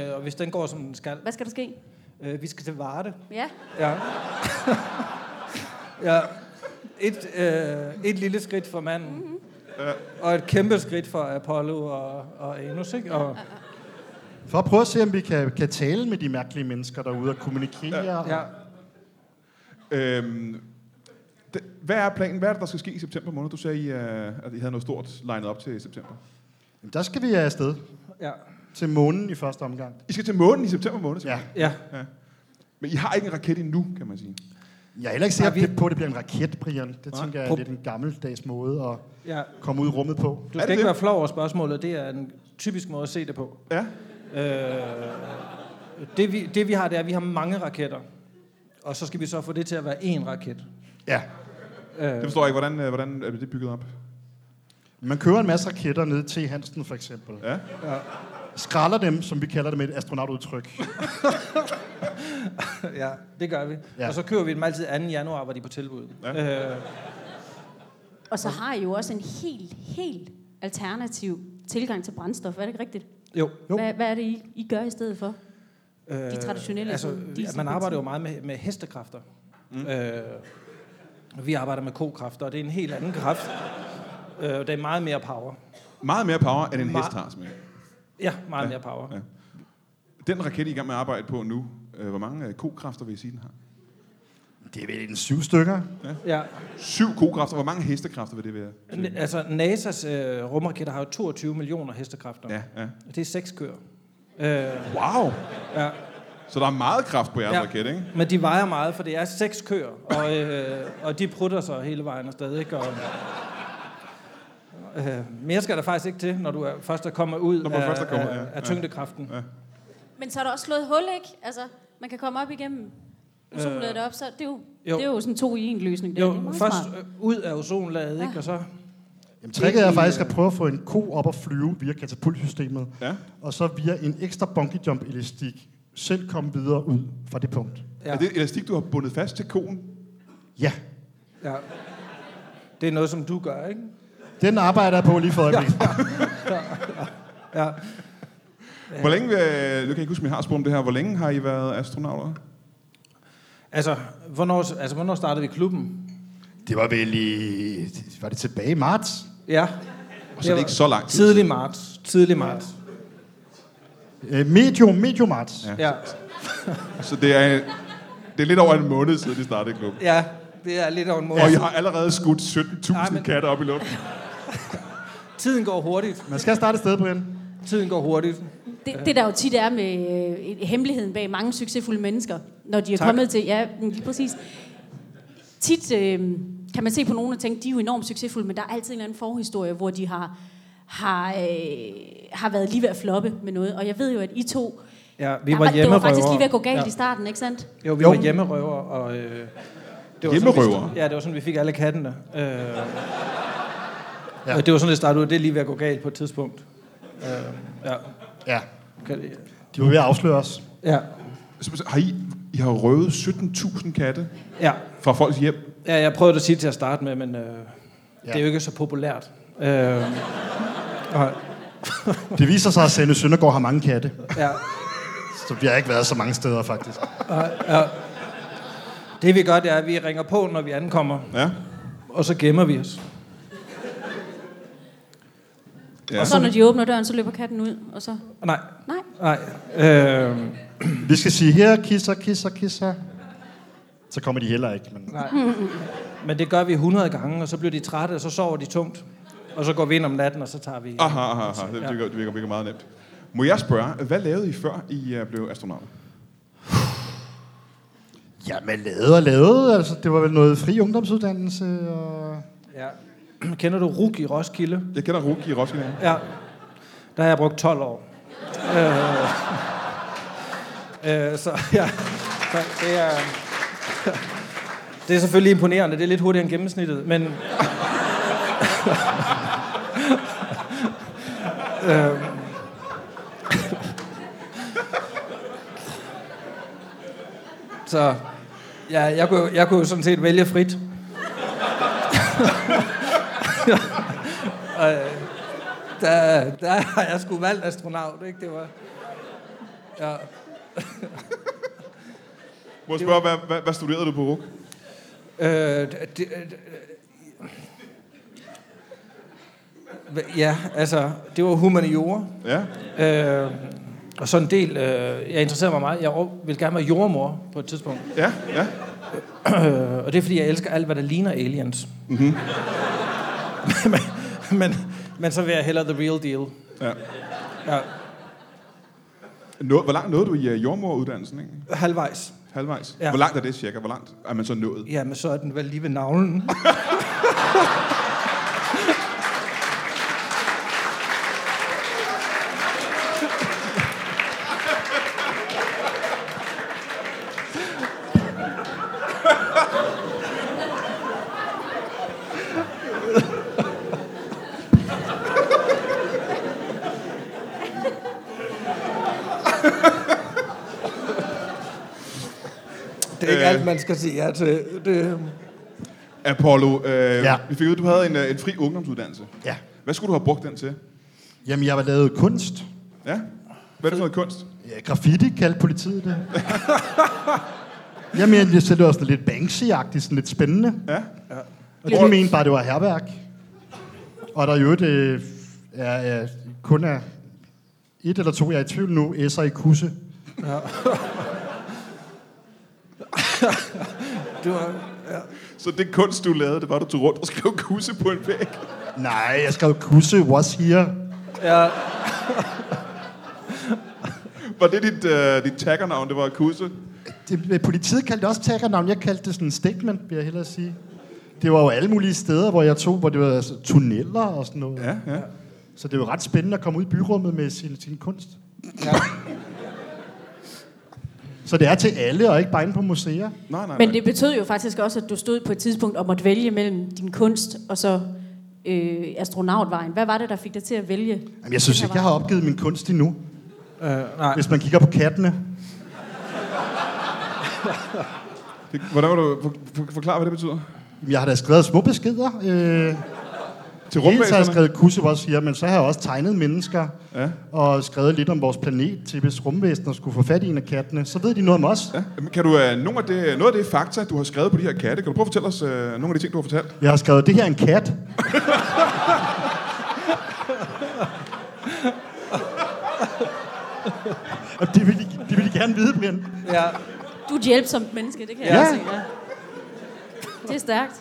Speaker 5: Øh, og hvis den går, som den skal,
Speaker 3: hvad skal der ske?
Speaker 5: øh, vi skal til Varde.
Speaker 3: Ja,
Speaker 5: Ja. ja. Et, øh, et lille skridt for manden. Mm-hmm. Og et kæmpe skridt for Apollo og, og Anus, ikke? Og,
Speaker 4: For at prøve at se, om vi kan, kan tale med de mærkelige mennesker derude og kommunikere.
Speaker 5: ja.
Speaker 2: Øhm, det, hvad er planen? Hvad er det, der skal ske i september måned? Du sagde, I, øh, at I havde noget stort legnet op til september.
Speaker 4: Jamen, der skal vi afsted
Speaker 5: Ja.
Speaker 4: til månen i første omgang.
Speaker 2: I skal til månen i september måned?
Speaker 4: Ja.
Speaker 5: Ja.
Speaker 2: Men I har ikke en raket endnu, kan man sige.
Speaker 4: Jeg er heller ikke
Speaker 5: Nej,
Speaker 4: sikker
Speaker 5: vi-
Speaker 4: vi... på, at det bliver en raket, Brian. Det tænker jeg er
Speaker 5: Pro-
Speaker 4: lidt en gammeldags måde at
Speaker 5: ja.
Speaker 4: komme ud i rummet på.
Speaker 5: Du
Speaker 2: Er det
Speaker 5: skal ikke
Speaker 2: det?
Speaker 5: være flov over spørgsmålet. Det er en typisk måde at se det på.
Speaker 2: Ja.
Speaker 5: Øh, Det vi, det vi har, det er, at vi har mange raketter. Og så skal vi så få det til at være én raket.
Speaker 4: Ja.
Speaker 2: Det forstår jeg ikke. Hvordan, øh, hvordan er det bygget op?
Speaker 4: Man køber en masse raketter ned til Hansen for eksempel.
Speaker 2: Ja.
Speaker 4: Skralder dem, som vi kalder det med et astronautudtryk.
Speaker 5: ja, det gør vi. Ja.
Speaker 4: Ja.
Speaker 5: Og så køber vi dem altid 2. januar, hvor de er på tilbud. Ja. Øh,
Speaker 3: og så har I jo også en helt, helt alternativ tilgang til brændstof. Er det ikke rigtigt?
Speaker 5: jo.
Speaker 3: Hvad, hvad er det, I, I gør i stedet for?
Speaker 5: Øh,
Speaker 3: traditionelle,
Speaker 5: altså,
Speaker 3: som diesel-
Speaker 5: at man arbejder jo meget med, med hestekræfter. Mm. Øh, vi arbejder med kokræfter, og det er en helt anden kraft. Øh, det er meget mere power.
Speaker 2: Meget mere power, end en
Speaker 5: Meget-
Speaker 2: hest har, simpelthen.
Speaker 5: Ja, meget ja. mere power.
Speaker 2: Ja. Den raket, I er i gang med at arbejde på nu, øh, hvor mange øh, kokræfter vil I sige, den har?
Speaker 4: Det er vel en syv stykker.
Speaker 5: Ja.
Speaker 2: Syv kokræfter. Hvor mange hestekræfter vil det være?
Speaker 5: N- altså, NASA's øh, rumraketter har jo 22 millioner hestekræfter.
Speaker 2: Ja, ja.
Speaker 5: Det er seks køer. Øh,
Speaker 2: Wow!
Speaker 5: ja.
Speaker 2: Så der er meget kraft på jeres ja.
Speaker 5: Ja.
Speaker 2: raket, ikke?
Speaker 5: Men de vejer meget, for det er seks køer, og, øh, og de prutter sig hele vejen afsted, ikke? Og, øh, mere skal der faktisk ikke til, når du er, først er kommet ud
Speaker 2: Når man
Speaker 5: af,
Speaker 2: først er kommet,
Speaker 5: af,
Speaker 2: ja, ja.
Speaker 5: af tyngdekraften. Ja.
Speaker 3: Men så er der også slået hul, ikke? Altså, man kan komme op igennem ozonlaget øh, op, så det er jo,
Speaker 5: jo.
Speaker 3: jo. Det er jo sådan to i en løsning. Det er
Speaker 5: Jo,
Speaker 3: meget
Speaker 5: først
Speaker 3: smart. Ah.
Speaker 5: øh, ud af ozonlaget, ikke?
Speaker 3: Ja.
Speaker 5: Og så...
Speaker 4: Jamen, tricket er faktisk at prøve at få en ko op at flyve via katapultsystemet,
Speaker 2: Ja.
Speaker 4: og så via en ekstra bungee jump elastik selv komme videre ud fra det punkt.
Speaker 2: ja.
Speaker 5: Ja.
Speaker 2: Er det et elastik, du har bundet fast til koen?
Speaker 4: Ja,
Speaker 5: Ja. Det er noget, som du gør, ikke?
Speaker 4: den arbejder jeg på lige for øjeblikket.
Speaker 5: Ja.
Speaker 2: Hvor længe, øh, nu kan jeg ikke huske, om I har spurgt om det her. Hvor længe har I været astronauter?
Speaker 5: Altså, hvornår, altså, hvornår startede vi klubben?
Speaker 4: Det var vel i... Var det tilbage i marts?
Speaker 5: Ja.
Speaker 2: Og så er det ikke så lang tid.
Speaker 5: Tidlig marts. Tidlig marts.
Speaker 4: Øh, Medio, medio marts. Ja.
Speaker 5: Ja.
Speaker 2: Så Altså, det er, det er lidt over en måned siden, I startede klubben.
Speaker 5: ja. Det er lidt over en måned.
Speaker 2: Og I har allerede skudt 17.000
Speaker 5: Nej, men-
Speaker 2: katte op i luften.
Speaker 5: Tiden går hurtigt.
Speaker 4: Man skal starte et sted, Brian.
Speaker 5: Tiden går hurtigt.
Speaker 3: Det, det der jo tit er med øh, hemmeligheden bag mange succesfulde mennesker, når de er
Speaker 5: Tak.
Speaker 3: tak. kommet til, ja, men lige præcis. Tit øh, kan man se på nogen og tænke, de er jo enormt succesfulde, men der er altid en eller anden forhistorie, hvor de har, har, øh, har været lige ved at floppe med noget. Og jeg ved jo, at I to,
Speaker 5: Ja, vi
Speaker 3: der det var
Speaker 5: var
Speaker 3: faktisk
Speaker 5: hjemmerøvere.
Speaker 3: lige ved at gå galt
Speaker 5: Ja.
Speaker 3: ja. i starten, ikke sandt?
Speaker 5: Jo, vi
Speaker 4: Jo.
Speaker 5: var hjemmerøver, og... Øh, det Sådan,
Speaker 2: Hjemmerøvere?
Speaker 5: vi, ja, det var sådan, vi fik alle kattene. Øh, ja.
Speaker 4: Ja.
Speaker 5: Og det var sådan, det startede ud. Det er lige ved at gå galt på et tidspunkt. Øh, ja.
Speaker 4: Ja,
Speaker 5: Kan det-
Speaker 4: de var ved at afsløre os.
Speaker 5: Ja.
Speaker 2: Så- så Har I, I har røvet 17.000 katte
Speaker 5: ja.
Speaker 2: fra folks hjem?
Speaker 5: Ja, jeg prøvede at sige det til at starte med, men øh, ja. det er
Speaker 4: Ja.
Speaker 5: jo ikke så populært. Øh, og,
Speaker 4: Det viser sig, at Sanne Søndergaard har mange katte.
Speaker 5: ja.
Speaker 4: Så vi har ikke været så mange steder, faktisk.
Speaker 5: Det vi gør, det er, at vi ringer på, når vi ankommer,
Speaker 2: Ja.
Speaker 5: og så gemmer vi os.
Speaker 2: Ja.
Speaker 3: Og så når de åbner døren, så løber katten ud, og så...
Speaker 5: Nej,
Speaker 3: Nej,
Speaker 5: nej. Øh,
Speaker 4: Vi skal sige her, kisser, kisser, kisser. Så kommer de heller ikke. Men...
Speaker 5: Men det gør vi 100 gange, og så bliver de trætte, og så sover de tungt. Og så går vi ind om natten, og så tager vi...
Speaker 2: Aha, aha, aha. Det virker, det virker, virker meget nemt. Må jeg spørge, hvad lavede I før I øh, blev astronauter?
Speaker 4: Ja, man lavede og lavede. Altså, det var vel noget fri ungdomsuddannelse. Og...
Speaker 5: Ja. Kender du RUG i Roskilde?
Speaker 2: Jeg kender Ruki i Roskilde.
Speaker 5: Ja. Der har jeg brugt 12 år. øh, øh, så ja. Så det er... Det er selvfølgelig imponerende. Det er lidt hurtigere end gennemsnittet, men... Øhm. Så ja, jeg, kunne, jeg kunne jo sådan set vælge frit. Og, øh, der, der har jeg sgu valgt astronaut, ikke? Det var... Ja.
Speaker 2: Må jeg spørge, hvad, hvad, hvad studerede du på RUK?
Speaker 5: Øh, det, det, øh, Hva- ja, altså, det var humaniora.
Speaker 2: Ja.
Speaker 5: Øh, og så en del, øh, jeg interesserer mig meget. Jeg ro- vil gerne være jordmor på et tidspunkt.
Speaker 2: Ja, ja.
Speaker 5: Øh, og det er, fordi jeg elsker alt, hvad der ligner aliens. Mm-hmm. men, men, men så vil jeg hellere the real deal.
Speaker 2: ja.
Speaker 5: Ja,
Speaker 2: Nå, hvor langt nåede du i uh, jordmoruddannelsen egentlig?
Speaker 5: halvvejs.
Speaker 2: Halvvejs?
Speaker 5: Ja.
Speaker 2: Ja. Hvor langt er det cirka? Hvor langt er man så nået?
Speaker 5: Jamen, så er den vel lige ved navlen. Det er ikke
Speaker 2: Øh.
Speaker 5: alt, man skal sige ja til. Det,
Speaker 2: Apollo, øh,
Speaker 4: Ja.
Speaker 2: ja. vi fik ud, du havde en, øh, en fri ungdomsuddannelse.
Speaker 4: Ja.
Speaker 2: Hvad skulle du have brugt den til?
Speaker 4: Jamen, jeg var lavet kunst.
Speaker 2: Ja? Hvad er det for noget kunst?
Speaker 4: Ja, graffiti kaldte politiet det. Jamen, jeg mente, så det var sådan lidt Banksy-agtigt, sådan lidt spændende.
Speaker 2: Ja?
Speaker 4: Og de mente bare, det var herværk. Og der er jo et, øh, er, er, kun er et eller to, jeg er i tvivl nu, S'er i kusse.
Speaker 5: det var,
Speaker 2: Så det kunst, du lavede, det var, du tog rundt og skrev kusse på en væg.
Speaker 4: Nej, jeg skrev kusse was here.
Speaker 5: ja,
Speaker 2: Var det dit, øh, dit taggernavn, det var kusse?
Speaker 4: Det, øh, politiet kaldte det også taggernavn. Jeg kaldte det sådan en statement, vil jeg hellere sige. Det var jo alle mulige steder, hvor jeg tog, hvor det var altså, tunneller og sådan noget.
Speaker 2: Ja, ja.
Speaker 4: Så det var ret spændende at komme ud i byrummet med sin, sin kunst.
Speaker 5: ja.
Speaker 4: Så det er til alle, og ikke bare inde på museer.
Speaker 2: Nej, nej,
Speaker 3: Men
Speaker 2: nej.
Speaker 3: det betød jo faktisk også, at du stod på et tidspunkt og måtte vælge mellem din kunst og så øh, astronautvejen. Hvad var det, der fik dig til at vælge?
Speaker 4: Jamen, jeg synes ikke, jeg har opgivet min kunst endnu.
Speaker 5: Øh, nej.
Speaker 4: Hvis man kigger på kattene,
Speaker 2: Det, hvordan var du for, for, forklare, hvad det betyder?
Speaker 4: Jamen, Jeg har da skrevet små beskeder. Øh,
Speaker 2: Til
Speaker 4: dels har jeg
Speaker 2: rumvæsenerne?
Speaker 4: skrevet kusse, hvor jeg siger, men så har jeg også tegnet mennesker.
Speaker 2: Ja.
Speaker 4: Og skrevet lidt om vores planet til, hvis rumvæsener skulle få fat i en af kattene. Så ved de noget om os.
Speaker 2: Ja. Men Kan du, øh, nogle af det, noget af det fakta, du har skrevet på de her katte, kan du prøve at fortælle os øh, nogle af de ting, du har fortalt?
Speaker 4: Jeg har skrevet, det her er en kat. og det vil, de, det vil de gerne vide, Brian.
Speaker 5: Ja.
Speaker 3: Du er et hjælpsomt menneske, det kan
Speaker 5: Ja.
Speaker 3: jeg også se. Ja. Det er stærkt.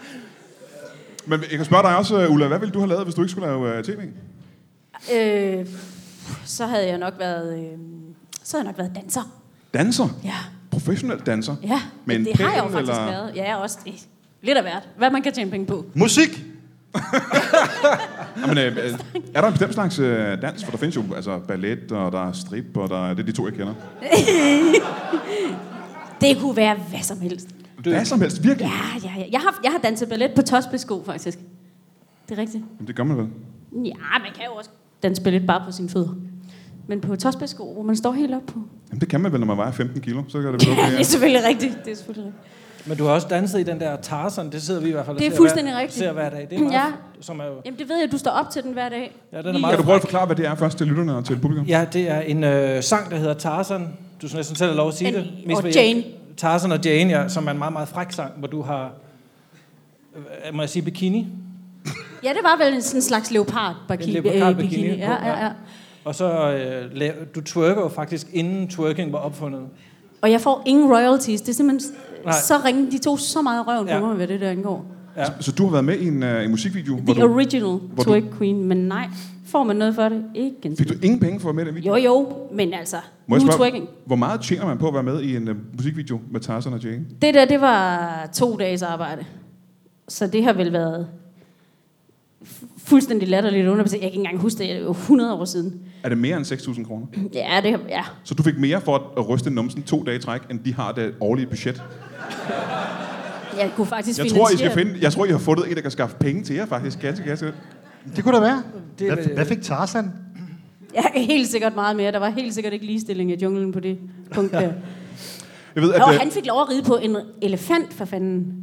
Speaker 2: Men jeg kan spørge dig også, øh, Ulla, hvad ville du have lavet, hvis du ikke skulle lave øh, tv?
Speaker 3: Øh, så havde jeg nok været, øh, så havde jeg nok været danser.
Speaker 2: Danser?
Speaker 3: Ja,
Speaker 2: Professionel danser?
Speaker 3: ja.
Speaker 2: Med en
Speaker 3: det har jeg jo
Speaker 2: pæl,
Speaker 3: faktisk
Speaker 2: eller?
Speaker 3: været. Ja, også det. Lidt af hvert. Hvad man kan tjene penge på.
Speaker 4: Musik!
Speaker 2: Jamen, øh, øh, er der en bestemt slags øh, dans? For der findes jo altså, ballet, og der er strip, og der er, det er de to, jeg kender.
Speaker 3: Det kunne være hvad som helst.
Speaker 2: Hvad som helst, virkelig.
Speaker 3: Ja, ja, ja. Jeg har, jeg har danset ballet på tosbesko, faktisk. Det er rigtigt.
Speaker 2: Jamen, det gør man vel.
Speaker 3: Ja, man kan jo også danse ballet bare på sine fødder. Men på tosbesko, hvor man står helt op på.
Speaker 2: Jamen, det kan man vel, når man vejer 15 kilo. Så gør det vel
Speaker 3: Ja,
Speaker 2: okay.
Speaker 3: det er selvfølgelig rigtigt. Det er selvfølgelig rigtigt.
Speaker 5: Men du har også danset i den der Tarzan, det sidder vi i hvert fald og
Speaker 3: Det er
Speaker 5: ser
Speaker 3: fuldstændig
Speaker 5: hver,
Speaker 3: rigtigt.
Speaker 5: Ser hver dag. Det er meget,
Speaker 3: Ja.
Speaker 5: som er jo,
Speaker 3: Jamen, det ved jeg, du står op til den hver dag.
Speaker 5: Ja, den er
Speaker 3: Lige
Speaker 5: meget
Speaker 2: Kan
Speaker 3: op.
Speaker 2: du prøve at forklare, hvad det er først til lytterne og til publikum?
Speaker 5: ja, det er en øh, sang, der hedder Tarzan. Du skal næsten selv have lov at sige
Speaker 3: En-
Speaker 5: det.
Speaker 3: og
Speaker 5: fordi-
Speaker 3: Jane.
Speaker 5: Tarzan og Jane, ja, som er en meget, meget fræk sang, hvor du har, øh, må jeg sige bikini?
Speaker 3: Ja, det var vel en sådan slags leopard
Speaker 5: En
Speaker 3: bikini.
Speaker 5: leopard
Speaker 3: øh,
Speaker 5: bikini på,
Speaker 3: Ja, ja,
Speaker 5: ja.
Speaker 3: ja.
Speaker 5: Og så, øh, la- du twerker jo faktisk, inden twerking var opfundet.
Speaker 3: Og jeg får ingen royalties. Det er simpelthen...
Speaker 5: Nej.
Speaker 3: Nej. Så ringe de to så meget røven
Speaker 5: Ja.
Speaker 3: ja. på mig, hvad det der angår.
Speaker 2: Så du har været med i en, øh, en musikvideo, hvor
Speaker 3: The
Speaker 2: du,
Speaker 3: original
Speaker 2: hvor du-
Speaker 3: twerk queen, men nej. Får man noget for det? Ikke en
Speaker 2: fik
Speaker 3: skid.
Speaker 2: du ingen penge for at være med i den video?
Speaker 3: Jo, jo, men altså,
Speaker 2: Må
Speaker 3: nu
Speaker 2: jeg
Speaker 3: er
Speaker 2: spørge,
Speaker 3: twerking.
Speaker 2: Hvor meget tjener man på at være med i en øh, musikvideo med Tarzan og Jane?
Speaker 3: Det der, det var to dages arbejde. Så det har vel været fuldstændig latterligt underbetalt. Jeg kan ikke engang huske det, det er jo 100 år siden.
Speaker 2: Er det mere end 6.000 kroner?
Speaker 3: Ja, det, ja.
Speaker 2: Så du fik mere for at- at ryste numsen to dage i træk, end de har det årlige budget?
Speaker 3: Jeg kunne faktisk
Speaker 2: Jeg tror, I
Speaker 3: finansiere
Speaker 2: skal
Speaker 3: det.
Speaker 2: finde, jeg tror, I har fundet en, der kan skaffe penge til jer, faktisk. Ganske, ganske.
Speaker 4: Det kunne da være.
Speaker 5: Det er
Speaker 4: Hvad,
Speaker 5: vel-
Speaker 4: hvad fik Tarzan?
Speaker 3: Ja, helt sikkert meget mere. Der var helt sikkert ikke ligestilling i junglen på det punkt der.
Speaker 2: Jeg ved, at,
Speaker 3: Og
Speaker 2: øh,
Speaker 3: han fik lov at ride på en elefant, for fanden,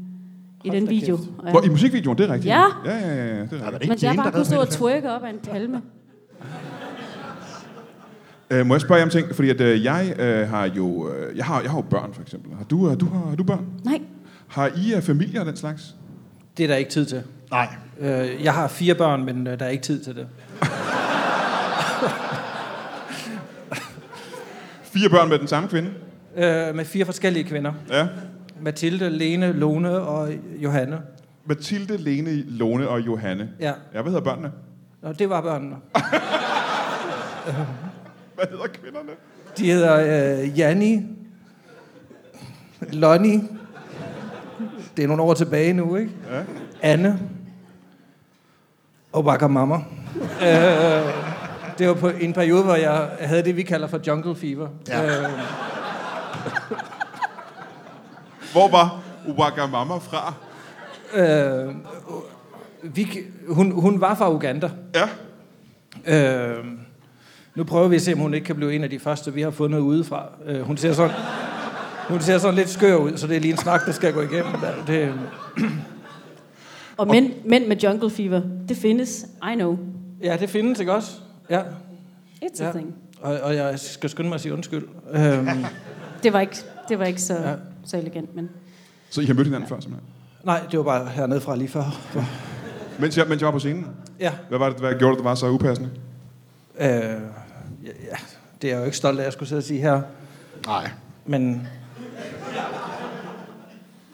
Speaker 3: i
Speaker 5: Hold
Speaker 3: den
Speaker 5: da
Speaker 3: video.
Speaker 5: kæft.
Speaker 3: Og jeg-
Speaker 2: hvor, i musikvideoen, det er rigtigt.
Speaker 3: Ja.
Speaker 2: Ja, ja, ja, ja, det er
Speaker 4: Nej, var det
Speaker 2: rigtigt.
Speaker 4: ikke
Speaker 3: Men jeg
Speaker 4: Jane,
Speaker 3: bare
Speaker 4: der
Speaker 3: kunne stå og
Speaker 4: redde mig?
Speaker 3: twerke op af en palme.
Speaker 2: Øh, må jeg spørge jer om ting? Fordi at, øh, jeg øh, har jo øh, jeg har, jeg har jo børn, for eksempel. Har du, øh, du, har, har du børn?
Speaker 3: Nej,
Speaker 2: Har I øh, familier og den slags?
Speaker 5: Det er der ikke tid til.
Speaker 4: Nej.
Speaker 5: Øh, jeg har fire børn, men øh, der er ikke tid til det.
Speaker 2: Fire børn med den samme kvinde?
Speaker 5: Øh, med fire forskellige kvinder.
Speaker 2: Ja.
Speaker 5: Mathilde, Lene, Lone og Johanne.
Speaker 2: Mathilde, Lene, Lone og Johanne.
Speaker 5: Ja,
Speaker 2: Ja, hvad hedder børnene?
Speaker 5: Nå, det var børnene.
Speaker 2: Hvad hedder kvinderne?
Speaker 5: De hedder øh, Janni, Lonnie, det er nogle år tilbage nu, ikke?
Speaker 2: Ja.
Speaker 5: Anne og Wagamama. øh, det var på en periode, hvor jeg havde det, vi kalder for jungle fever.
Speaker 4: Ja.
Speaker 5: Øh,
Speaker 2: Hvor var Wagamama fra?
Speaker 5: øh, vi, hun, hun var fra Uganda.
Speaker 2: Ja.
Speaker 5: Øh, nu prøver vi at se, om hun ikke kan blive en af de første, vi har fundet udefra. Øh, hun, ser sådan, hun ser sådan lidt skør ud, så det er lige en snak, der skal gå igennem. der. Det,
Speaker 3: og mænd, mænd med jungle fever. Det findes. I know.
Speaker 5: ja, det findes, ikke også? Ja.
Speaker 3: It's a
Speaker 5: ja.
Speaker 3: thing.
Speaker 5: Og, og jeg skal skynde mig at sige undskyld. Øhm,
Speaker 3: Det var ikke, det var ikke så,
Speaker 5: Ja.
Speaker 3: så elegant, men...
Speaker 2: Så I har mødt hinanden før, simpelthen?
Speaker 5: nej, det var bare hernede fra lige før.
Speaker 2: Mens jeg, mens jeg var på scenen?
Speaker 5: Ja.
Speaker 2: Hvad var det, hvad gjorde det, der var så upassende?
Speaker 5: Øh, ja, ja, det er jeg jo ikke stolt af, at jeg skulle sidde og sige her.
Speaker 4: Nej.
Speaker 5: Men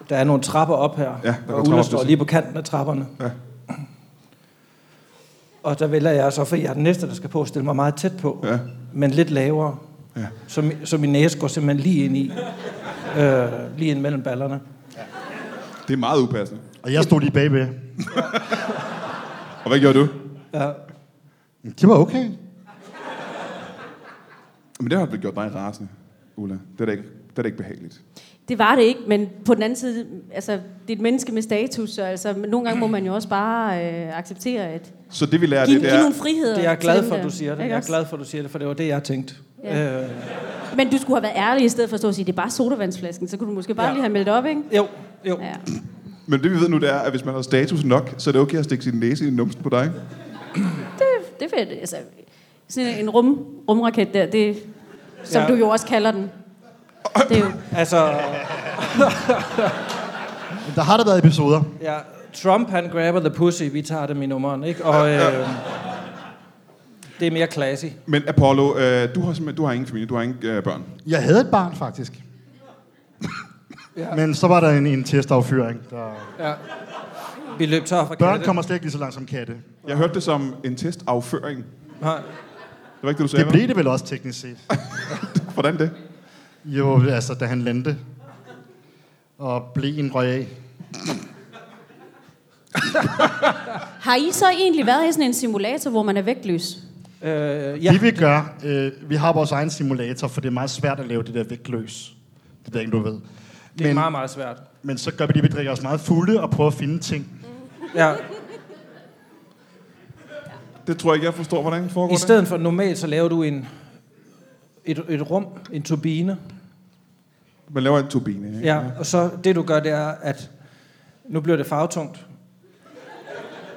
Speaker 5: der er nogle trapper op her,
Speaker 2: der går
Speaker 5: og
Speaker 2: trapper
Speaker 5: Ulla
Speaker 2: op, det
Speaker 5: står
Speaker 2: er
Speaker 5: lige på kanten af trapperne.
Speaker 2: Ja.
Speaker 5: Og der vælger jeg så, for jeg er den næste, der skal på, at stille mig meget tæt på,
Speaker 2: Ja.
Speaker 5: men lidt lavere.
Speaker 2: Ja.
Speaker 5: Så, mi- så min næse går simpelthen lige ind i, øh, lige ind mellem ballerne.
Speaker 2: Det er meget upassende.
Speaker 4: Og jeg stod lige bagved.
Speaker 2: Og hvad gjorde du?
Speaker 5: Ja.
Speaker 4: Det var okay.
Speaker 2: Men det har vel gjort dig rasende, Ulla. Det er da ikke, det er da ikke behageligt.
Speaker 3: Det var det ikke, men på den anden side, altså, det er et menneske med status, så altså, nogle gange må man jo også bare øh, acceptere, at
Speaker 2: Så det vi lærer,
Speaker 3: give,
Speaker 2: det, det
Speaker 3: give
Speaker 2: er...
Speaker 3: nogle friheder.
Speaker 5: Det er jeg
Speaker 3: til
Speaker 5: glad
Speaker 3: dem
Speaker 5: for,
Speaker 3: der.
Speaker 5: at du siger det.
Speaker 3: Ikke
Speaker 5: Jeg er
Speaker 3: også?
Speaker 5: glad for, at du siger det, for det var det, jeg tænkte.
Speaker 3: Ja.
Speaker 5: Øh,
Speaker 3: Men du skulle have været ærlig i stedet for at stå og sige, det er bare sodavandsflasken, så kunne du måske bare
Speaker 5: Ja.
Speaker 3: ja. lige have meldt op, ikke?
Speaker 5: jo, jo.
Speaker 3: Ja.
Speaker 2: Men det vi ved nu, det er, at hvis man har status nok, så er det okay at stikke sin næse i numsen på dig.
Speaker 3: Det, det er fedt. Altså, sådan en rum, rumraket der, det, som
Speaker 5: Ja.
Speaker 3: ja. du jo også kalder den. Det er jo,
Speaker 5: Altså,
Speaker 4: Men der har der været episoder.
Speaker 5: ja, Trump han grabber the pussy, vi tager dem i nummeren, ikke? Og øh, det er mere classy.
Speaker 2: Men Apollo, øh, du har simpelthen du har ingen familie, du har ingen øh, børn.
Speaker 4: Jeg havde et barn, faktisk.
Speaker 5: Ja.
Speaker 4: ja. Men så var der en, en testaffyring. Der...
Speaker 5: Ja. Vi løb tør for
Speaker 4: Børn
Speaker 5: katte.
Speaker 4: kommer slet ikke lige så langt som katte.
Speaker 2: Jeg hørte det som en testafføring.
Speaker 5: Nej.
Speaker 2: Det var ikke det, du sagde,
Speaker 4: Det
Speaker 2: vel?
Speaker 4: blev det vel også teknisk set.
Speaker 2: Hvordan det?
Speaker 4: Jo, altså, da han landte. Og blev en røg af.
Speaker 3: har I så egentlig været i sådan en simulator, hvor man er vægtløs?
Speaker 5: Øh,
Speaker 4: Ja.
Speaker 5: ja.
Speaker 4: Det vi gør, øh, vi har vores egen simulator, for det er meget svært at lave det der vægtløs. Det ved jeg ikke, du ved.
Speaker 5: Det er
Speaker 4: Men,
Speaker 5: meget, meget svært.
Speaker 4: men så gør vi det, vi drikker os meget fulde og prøver at finde ting.
Speaker 5: Ja.
Speaker 2: Det tror jeg ikke, jeg forstår, hvordan det foregår.
Speaker 5: I
Speaker 2: det.
Speaker 5: stedet for normalt, så laver du en, et, et rum, en turbine.
Speaker 2: Man laver en turbine. Ikke?
Speaker 5: Ja. Og så det, du gør, det er, at nu bliver det farvetungt.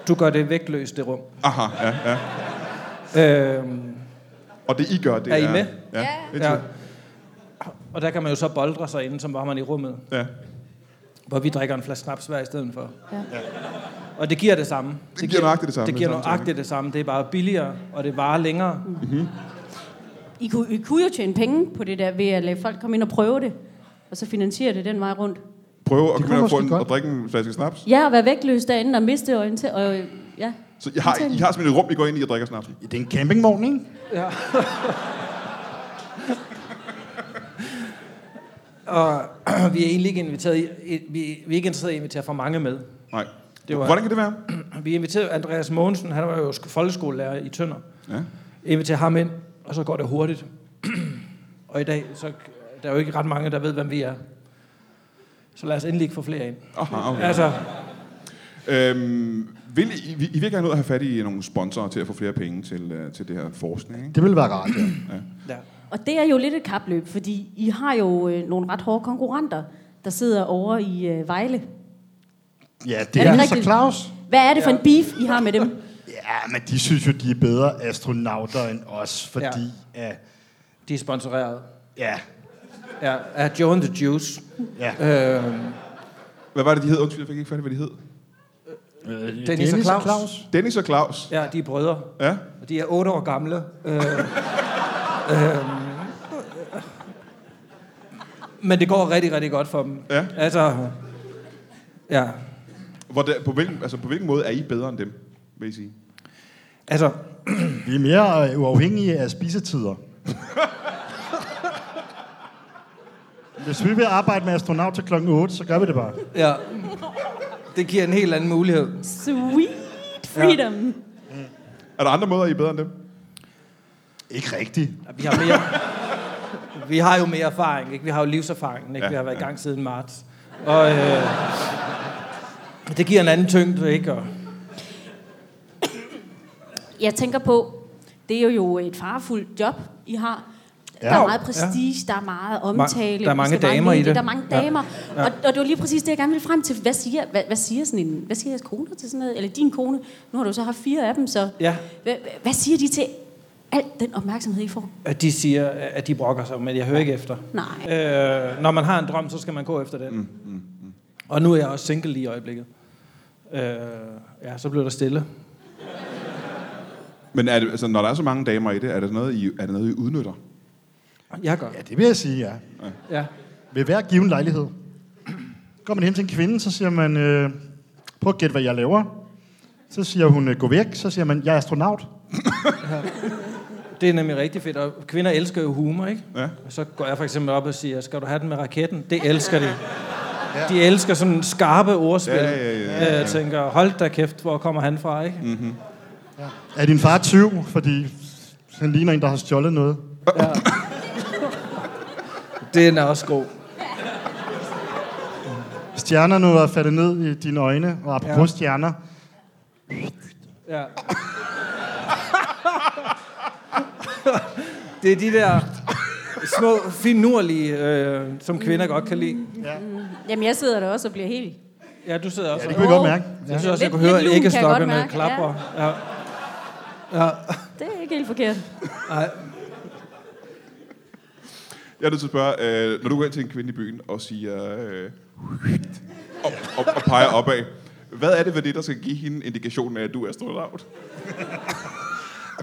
Speaker 5: Du gør det vægtløst, det rum.
Speaker 2: Aha, ja, ja.
Speaker 5: Øh,
Speaker 2: Og det I gør, det
Speaker 5: Er
Speaker 2: er...
Speaker 5: I med?
Speaker 2: Ja.
Speaker 5: ja.
Speaker 2: ja.
Speaker 5: Og der kan man jo så boldre sig inden, som var man i rummet.
Speaker 2: ja.
Speaker 5: Hvor vi drikker en flaske snaps hver i stedet for.
Speaker 3: Ja.
Speaker 5: Og det giver det samme. Det,
Speaker 2: giver nøjagtigt det samme,
Speaker 5: Det giver
Speaker 2: det er samme Mm.
Speaker 5: nøjagtigt det samme. Det er bare billigere, og det varer længere.
Speaker 3: I kunne, I kunne jo tjene penge på det der, ved at lade folk komme ind og prøve det, og så finansiere det den vej rundt.
Speaker 2: Prøv at
Speaker 4: kunne
Speaker 2: komme ind og få
Speaker 4: måske
Speaker 2: en,
Speaker 4: godt.
Speaker 2: og drikke en flaske snaps.
Speaker 3: Ja, og være vægtløs derinde og miste orientering. Og, øh, ja.
Speaker 2: Så I har, I har simpelthen et rum, I går ind i og drikker snaps.
Speaker 4: Det er en campingvogn, ikke?
Speaker 5: Ja. og vi er egentlig ikke inviteret i, i- vi, vi er ikke interesseret i at invitere for mange med.
Speaker 2: Nej.
Speaker 5: Det var-
Speaker 2: Hvordan kan det være?
Speaker 5: vi inviterede Andreas Mogensen, han var jo sk- folkeskolelærer i Tønder.
Speaker 2: Ja.
Speaker 5: Inviterer ham ind, og så går det hurtigt. og i dag, så der er jo ikke ret mange, der ved, hvem vi er. Så lad os endelig ikke få flere ind.
Speaker 2: Aha, okay.
Speaker 5: Altså,
Speaker 2: Øhm, vil I, vi- I vil gerne ud at have fat i nogle sponsorer til at få flere penge til, øh, til det her forskning, ikke?
Speaker 4: Det ville være rart, ja.
Speaker 5: ja.
Speaker 3: Og det er jo lidt et kapløb, fordi I har jo øh, nogle ret hårde konkurrenter, der sidder over i øh, Vejle.
Speaker 4: Ja,
Speaker 3: Er
Speaker 4: det
Speaker 3: det
Speaker 4: er, er så
Speaker 3: rigtigt?
Speaker 4: Claus.
Speaker 3: Hvad er det for en beef, I har med dem?
Speaker 4: Ja, men de synes jo, de er bedre astronauter end os, fordi... Ja.
Speaker 5: De er sponsoreret
Speaker 4: Ja,
Speaker 5: ja, af Joe and the Juice.
Speaker 4: ja.
Speaker 5: Øh,
Speaker 2: Hvad var det, de hed? Undskyld, jeg fik ikke fat i, hvad de hed.
Speaker 4: Øh,
Speaker 5: Dennis og Claus.
Speaker 2: Dennis og Claus.
Speaker 5: ja, de er brødre.
Speaker 2: Ja.
Speaker 5: Og de er otte år gamle. Øh, øh, men det går rigtig, rigtig godt for dem.
Speaker 2: Ja.
Speaker 5: Altså, ja.
Speaker 2: Hvordan, på, hvilken, altså, på hvilken måde er I bedre end dem, vil I sige?
Speaker 5: Altså,
Speaker 4: Vi er mere øh, uafhængige af spisetider. Hvis vi vil arbejde med astronaut til klokken 8, så gør vi det bare.
Speaker 5: ja. Det giver en helt anden mulighed.
Speaker 3: Sweet freedom.
Speaker 2: Er der andre måder, I er bedre end dem?
Speaker 4: Ikke rigtigt.
Speaker 5: Vi har, mere, vi har jo mere erfaring, ikke? Vi har jo livserfaring, ikke?
Speaker 2: Ja,
Speaker 5: Vi har været i gang siden marts. Og øh, det giver en anden tyngde, ikke? Og,
Speaker 3: Jeg tænker på, det er jo et farefuldt job, I har. Ja. Der
Speaker 4: Ja.
Speaker 3: er meget prestige, ja. der er meget omtale.
Speaker 5: der er mange
Speaker 3: skal meget
Speaker 5: damer i
Speaker 3: medie,
Speaker 5: det.
Speaker 3: Der er mange
Speaker 5: Ja.
Speaker 3: damer. Ja. Ja. Og, og det var lige præcis det, jeg gerne ville frem til. Hvad siger, hvad, hvad siger sådan en, hvad siger jeres kone til sådan noget? Eller din kone, nu har du så haft fire af dem, så
Speaker 5: Ja.
Speaker 3: hvad, hvad- hvad siger de til al den opmærksomhed, I får?
Speaker 5: at de siger, at de brokker sig, men jeg hører ikke efter.
Speaker 3: Nej.
Speaker 5: Øh, når man har en drøm, så skal man gå efter den. Mm, mm, mm. Og nu er jeg også single lige i øjeblikket. Øh, ja, så blev der stille.
Speaker 2: Men er det, altså, når der er så mange damer i det, er det noget, I, er det noget, I udnytter?
Speaker 5: Jeg gør.
Speaker 4: Ja, det vil jeg sige, ja.
Speaker 5: Ja.
Speaker 4: Ved hver given lejlighed. Går man hen til en kvinde, så siger man, øh, prøv at gætte, hvad jeg laver. Så siger hun, øh, gå væk. Så siger man, jeg er astronaut.
Speaker 5: Det er nemlig rigtig fedt. Og kvinder elsker jo humor, ikke?
Speaker 2: Ja.
Speaker 5: Så går jeg for eksempel op og siger, skal du have den med raketten? Det elsker de. De elsker sådan skarpe ordspil.
Speaker 2: Ja, ja, ja, ja,
Speaker 5: Øh, Jeg tænker, hold da kæft, hvor kommer han fra, ikke? Mm.
Speaker 4: Er din far 20? Fordi han ligner en, der har stjålet noget.
Speaker 5: Den er også god.
Speaker 4: Stjernerne var faldet ned i dine øjne. Og apropos ja. stjerner.
Speaker 5: Ja. det er de der små finurlige, øh, som kvinder godt kan lide.
Speaker 3: Jamen, jeg sidder der også og bliver helt...
Speaker 5: Ja, du sidder også.
Speaker 4: Ja, det
Speaker 5: Ja,
Speaker 4: kunne jeg godt mærke.
Speaker 5: jeg synes også,
Speaker 3: Lidt-
Speaker 5: jeg kunne høre
Speaker 3: lidt lun
Speaker 5: at
Speaker 3: kan jeg
Speaker 5: æggestokkerne
Speaker 3: godt mærke,
Speaker 5: klapper. Ja. Ja.
Speaker 3: Det er ikke helt forkert.
Speaker 5: Ej.
Speaker 2: Jeg er nødt til at spørge, øh, når du går ind til en kvinde i byen og siger, øh, og, og, og peger opad, hvad er det ved det, der skal give hende indikationen af, at du er astronaut?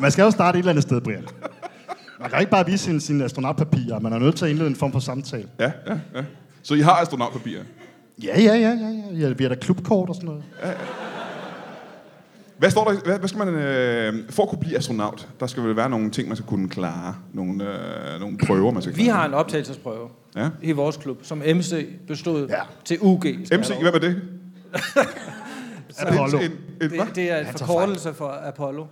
Speaker 4: Man skal jo starte et eller andet sted, Brian. Man kan ikke bare vise sine, sine astronautpapirer. Man er nødt til at indlede en form for samtale.
Speaker 2: Ja, ja, ja. Så I har astronautpapirer.
Speaker 4: Ja, ja, ja, ja. ja. ja vi har da klubkort og sådan noget.
Speaker 2: Hvad står der? Hvad, hvad skal man øh, for at kunne blive astronaut? Der skal vel være nogle ting, man skal kunne klare, nogle, øh, nogle prøver, man skal klare.
Speaker 5: Vi har en optagelsesprøve
Speaker 2: Ja.
Speaker 5: i vores klub, som MC bestod ja.
Speaker 4: Ja.
Speaker 5: til UG. skal jeg
Speaker 2: MC,
Speaker 5: love.
Speaker 2: hvad var det?
Speaker 4: Apollo.
Speaker 2: En, en, en,
Speaker 5: det, det er en
Speaker 4: tager
Speaker 5: forkortelse for Apollo.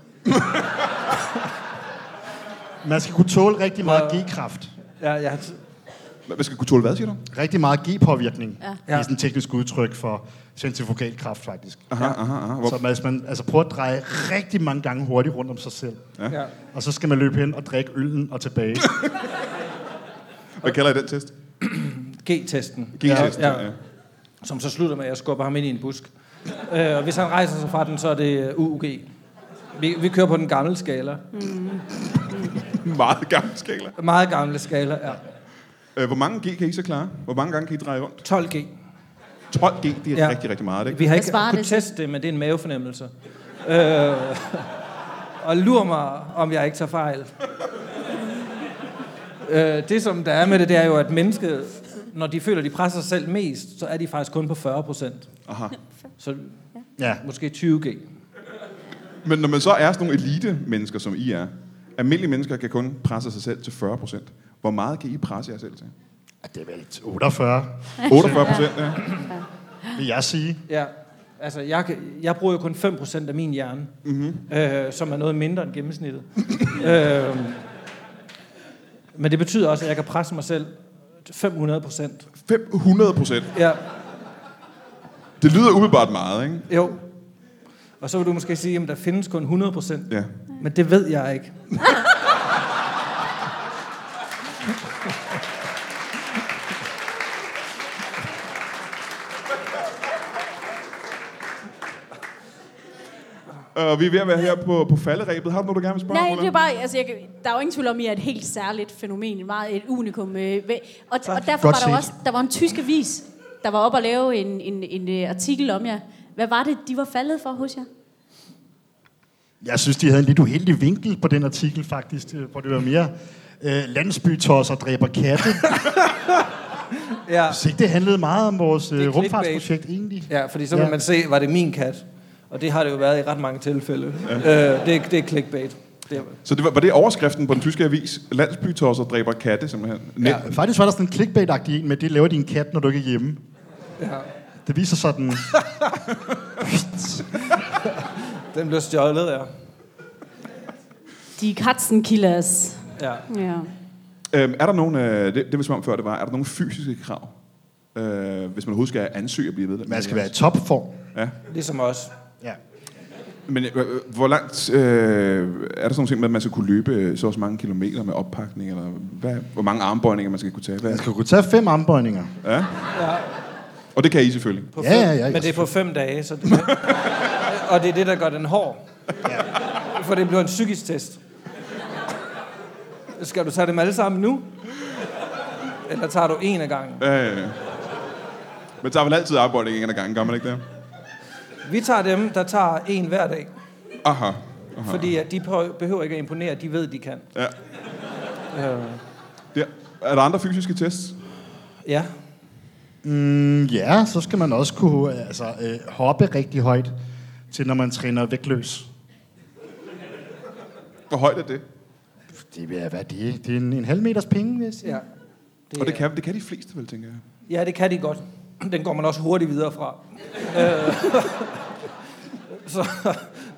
Speaker 4: Man skal kunne tåle rigtig meget G-kraft.
Speaker 5: Ja, ja.
Speaker 2: hvad, hvad skal kunne tåle hvad, siger du?
Speaker 4: Rigtig meget G-påvirkning. Ja. Det
Speaker 5: Ja.
Speaker 4: er sådan et teknisk udtryk for centrifugal kraft, faktisk.
Speaker 2: Aha, aha, aha. Hvor,
Speaker 4: Så hvis man altså, prøver at dreje rigtig mange gange hurtigt rundt om sig selv,
Speaker 5: ja.
Speaker 4: og så skal man løbe hen og drikke øllen og tilbage.
Speaker 2: hvad kalder I den test?
Speaker 5: G-testen.
Speaker 2: G-test,
Speaker 5: Ja, ja. Som så slutter med, at jeg skubber ham ind i en busk. Øh, og hvis han rejser sig fra den, så er det øh, UUG. Vi, vi kører på den gamle skala.
Speaker 2: Meget gammel skala.
Speaker 5: Meget gamle skala, ja.
Speaker 2: Øh, Hvor mange G kan I så klare? Hvor mange gange kan I dreje rundt?
Speaker 5: 12G.
Speaker 2: 12 G, det er ja.
Speaker 5: Ja.
Speaker 2: rigtig, rigtig meget, ikke?
Speaker 5: Vi har
Speaker 3: Hvad
Speaker 5: ikke
Speaker 3: svarer
Speaker 5: kunnet
Speaker 3: det til?
Speaker 5: teste det, men det er en mavefornemmelse. Øh, og lur mig, om jeg ikke tager fejl. Øh, det, som der er med det, det er jo, at mennesket, når de føler, de presser sig selv mest, så er de faktisk kun på 40 procent.
Speaker 2: Aha.
Speaker 5: Så
Speaker 4: ja.
Speaker 5: måske 20G.
Speaker 2: Men når man så er sådan nogle elite-mennesker, som I er, almindelige mennesker kan kun presse sig selv til 40 procent. Hvor meget kan I presse jer selv til?
Speaker 4: Ja, Det er vel 48,
Speaker 2: 48 procent, ja.
Speaker 4: vil jeg sige.
Speaker 5: Ja. Altså, jeg, kan- jeg bruger jo kun 5% af min hjerne, mm-hmm. øh, som er noget mindre end gennemsnittet. øh, men det betyder også, at jeg kan presse mig selv 500%.
Speaker 2: 500 procent.
Speaker 5: Ja,
Speaker 2: Det lyder umiddelbart meget, ikke?
Speaker 5: jo. Og så vil du måske sige, at der findes kun 100%.
Speaker 2: Ja.
Speaker 5: Men det ved jeg ikke.
Speaker 2: Og vi er ved at være her på, på falderæbet. Har du noget, du gerne vil spørge om,
Speaker 3: Nej, det
Speaker 2: Roland?
Speaker 3: er bare, altså, jeg, kan- der er jo ingen tvivl om, at I er et helt særligt fænomen, meget et unikum. Øh, væ- og, og derfor
Speaker 4: Godt
Speaker 3: var der jo
Speaker 4: set.
Speaker 3: også, der var en tysk avis, der var oppe og lave en, en, en, øh, artikel om jer. Hvad var det, de var faldet for hos jer?
Speaker 4: Jeg synes, de havde en lidt uheldig vinkel på den artikel, faktisk, øh, hvor det var mere øh, landsbytosser dræber katte.
Speaker 5: Ja.
Speaker 4: Så det handlede meget om vores
Speaker 5: Det er
Speaker 4: øh,
Speaker 5: clickbait.
Speaker 4: rumfartsprojekt, egentlig.
Speaker 5: Ja, fordi så vil
Speaker 4: Ja.
Speaker 5: man se, var det min kat? Og det har det jo været i ret mange tilfælde. Ja. Øh, det, er- det er clickbait. Det er,
Speaker 2: Så det var, var det overskriften på den tyske avis? Landsbytosser dræber katte, simpelthen. Net.
Speaker 4: Ja, faktisk var der sådan en clickbait-agtig en med, det laver din kat, når du ikke er hjemme.
Speaker 5: ja.
Speaker 4: Det viser sådan...
Speaker 5: Den blev stjålet, ja.
Speaker 3: De katzenkillers.
Speaker 5: ja.
Speaker 3: Ja.
Speaker 2: Øhm, er der nogen, øh, det, det vi smagte om før, det var, er der nogle fysiske krav, øh, hvis man overhovedet skal ansøge at blive medlem?
Speaker 4: Man skal være i topform.
Speaker 2: Ja.
Speaker 5: Ligesom os.
Speaker 4: Ja.
Speaker 2: Men øh, øh, hvor langt øh, er der sådan nogle ting med, at man skal kunne løbe øh, så og så mange kilometer med oppakning, eller hvad, hvor mange armbøjninger man skal kunne tage? Hvad?
Speaker 4: Man skal kunne tage fem armbøjninger.
Speaker 2: Ja.
Speaker 5: Ja.
Speaker 2: Og det kan I selvfølgelig.
Speaker 5: På
Speaker 4: Ja, ja, ja,
Speaker 5: Men det er på fem dage, så det, og det er det, der gør den hård. Ja. For det bliver en psykisk test. Skal du tage dem alle sammen nu? Eller tager du en af gangen?
Speaker 2: Øh, man tager vel altid armbøjninger en af gangen, gør man ikke det?
Speaker 5: Vi tager dem, der tager en hver dag.
Speaker 2: Aha. Aha.
Speaker 5: Fordi at de prøver- behøver ikke at imponere, de ved, de kan.
Speaker 2: Ja.
Speaker 5: Øh,
Speaker 2: Der. Er der andre fysiske tests?
Speaker 5: ja.
Speaker 4: Mm, ja, så skal man også kunne altså, øh, hoppe rigtig højt, til når man træner vægtløs.
Speaker 2: Hvor højt er det?
Speaker 4: Det vil være det. Det er en, en halv meters penge, vil jeg sige.
Speaker 5: ja.
Speaker 2: Og det
Speaker 5: er-
Speaker 2: kan, det kan de fleste vel, tænker jeg.
Speaker 5: Ja, det kan de godt. Den går man også hurtigt videre fra. Øh, så,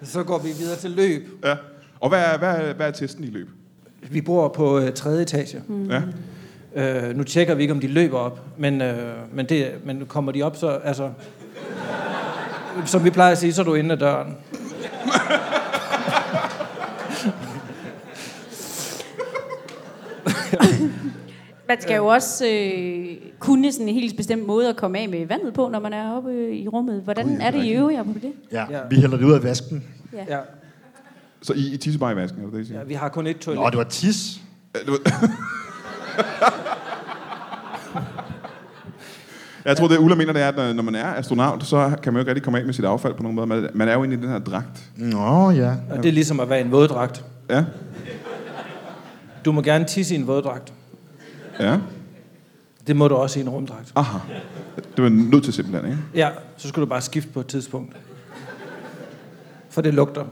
Speaker 5: så går vi videre til løb.
Speaker 2: Ja. Og hvad er, hvad er, hvad er testen i løb?
Speaker 5: Vi bor på øh, tredje etage.
Speaker 2: Mm. Ja.
Speaker 5: Øh, nu tjekker vi ikke, om de løber op, men, øh, men, det, men kommer de op, så altså... Som vi plejer at sige, så er du inde ad døren.
Speaker 3: Man skal jo også øh, kunne sådan en helt bestemt måde at komme af med vandet på, når man er oppe i rummet. Hvordan
Speaker 2: Gud, ja, det er
Speaker 3: er det i
Speaker 2: rigtigt.
Speaker 3: øvrigt, jeg på det?
Speaker 4: Ja.
Speaker 5: Ja.
Speaker 4: ja. Vi hælder det ud af vasken.
Speaker 5: Ja.
Speaker 2: Så I, I tisser bare i vasken, er det det, I siger?
Speaker 5: ja vi har kun et
Speaker 4: Nå,
Speaker 5: toilet.
Speaker 4: det var tis.
Speaker 2: Ja, det var- Jeg tror, det Ulla mener, det er, at øh, når- når man er astronaut, så kan man jo ikke rigtig komme af med sit affald på nogen måde. Man- Man er jo inde i den her dragt.
Speaker 4: Nå, ja.
Speaker 5: Og det er ligesom at være i en våddragt.
Speaker 2: Ja,
Speaker 5: Du må gerne tisse i en våddragt.
Speaker 2: ja.
Speaker 5: Det må du også i en rumdragt.
Speaker 2: Aha. Det var nødt til simpelthen, ikke?
Speaker 5: Ja, så skulle du bare skifte på et tidspunkt. For det lugter.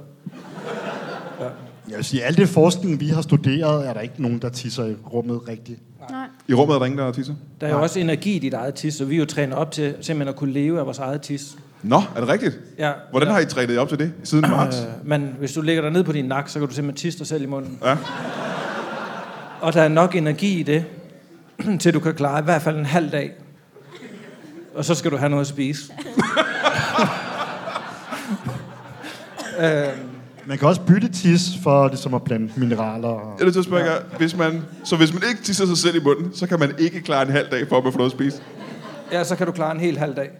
Speaker 4: Jeg vil sige, al det forskning, vi har studeret, er der ikke nogen, der tisser i rummet rigtigt.
Speaker 3: Nej.
Speaker 2: I rummet er der ingen, der tisser.
Speaker 5: Der er jo også energi i dit eget tis, så vi er jo trænet op til simpelthen at kunne leve af vores eget tis.
Speaker 2: Nå, er det rigtigt?
Speaker 5: Ja.
Speaker 2: Hvordan har I trænet jer op til det siden marts?
Speaker 5: Øh, men hvis du ligger dig ned på din nak, så kan du simpelthen tisse dig selv i munden.
Speaker 2: Ja.
Speaker 5: Og der er nok energi i det, til du kan klare i hvert fald en halv dag. Og så skal du have noget at spise.
Speaker 4: Man kan også bytte tis for ligesom at blande mineraler. Og...
Speaker 2: Jeg er nødt til at spørge jer, hvis man, så hvis man ikke tisser sig selv i munden, så kan man ikke klare en halv dag for at man får noget at spise.
Speaker 5: Ja, så kan du klare en hel halv dag.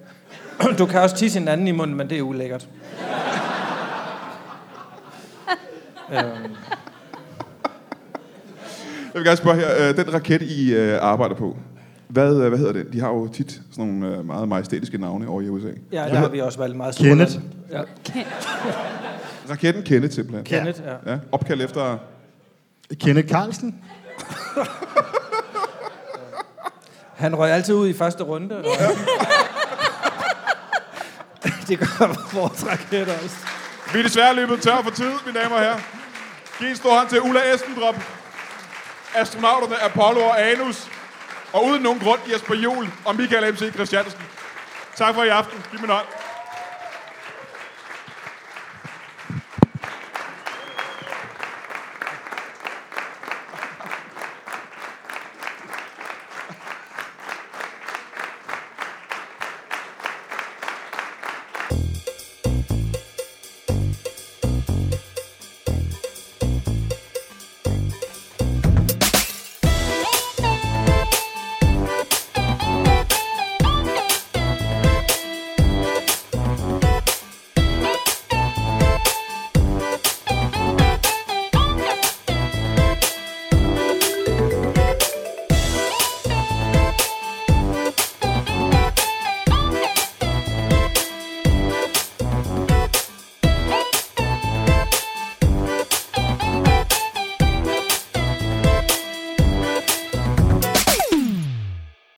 Speaker 5: Du kan også tisse en anden i munden, men det er ulækkert.
Speaker 2: Jeg vil gerne spørge her, øh, den raket, I øh, arbejder på, hvad, øh, hvad hedder den? De har jo tit sådan nogle øh, meget majestætiske navne over i USA.
Speaker 5: Ja, der har vi også valgt meget
Speaker 4: Kenneth.
Speaker 5: superland. Ja.
Speaker 2: Raketten Kenneth simpelthen.
Speaker 5: Kenneth, ja.
Speaker 2: Ja, opkald efter...
Speaker 4: Kenneth Carlsen?
Speaker 5: Han røg altid ud i første runde. Og... det gør vores raket også.
Speaker 2: Vi er desværre løbet tør for tid, mine damer og herrer. Giv en stor hånd til Ulla Estendrop. Astronauterne Apollo og Anus. Og uden nogen grund Jesper Juhl og Michael M.C. Christiansen. Tak for i aften. Giv mig en hånd.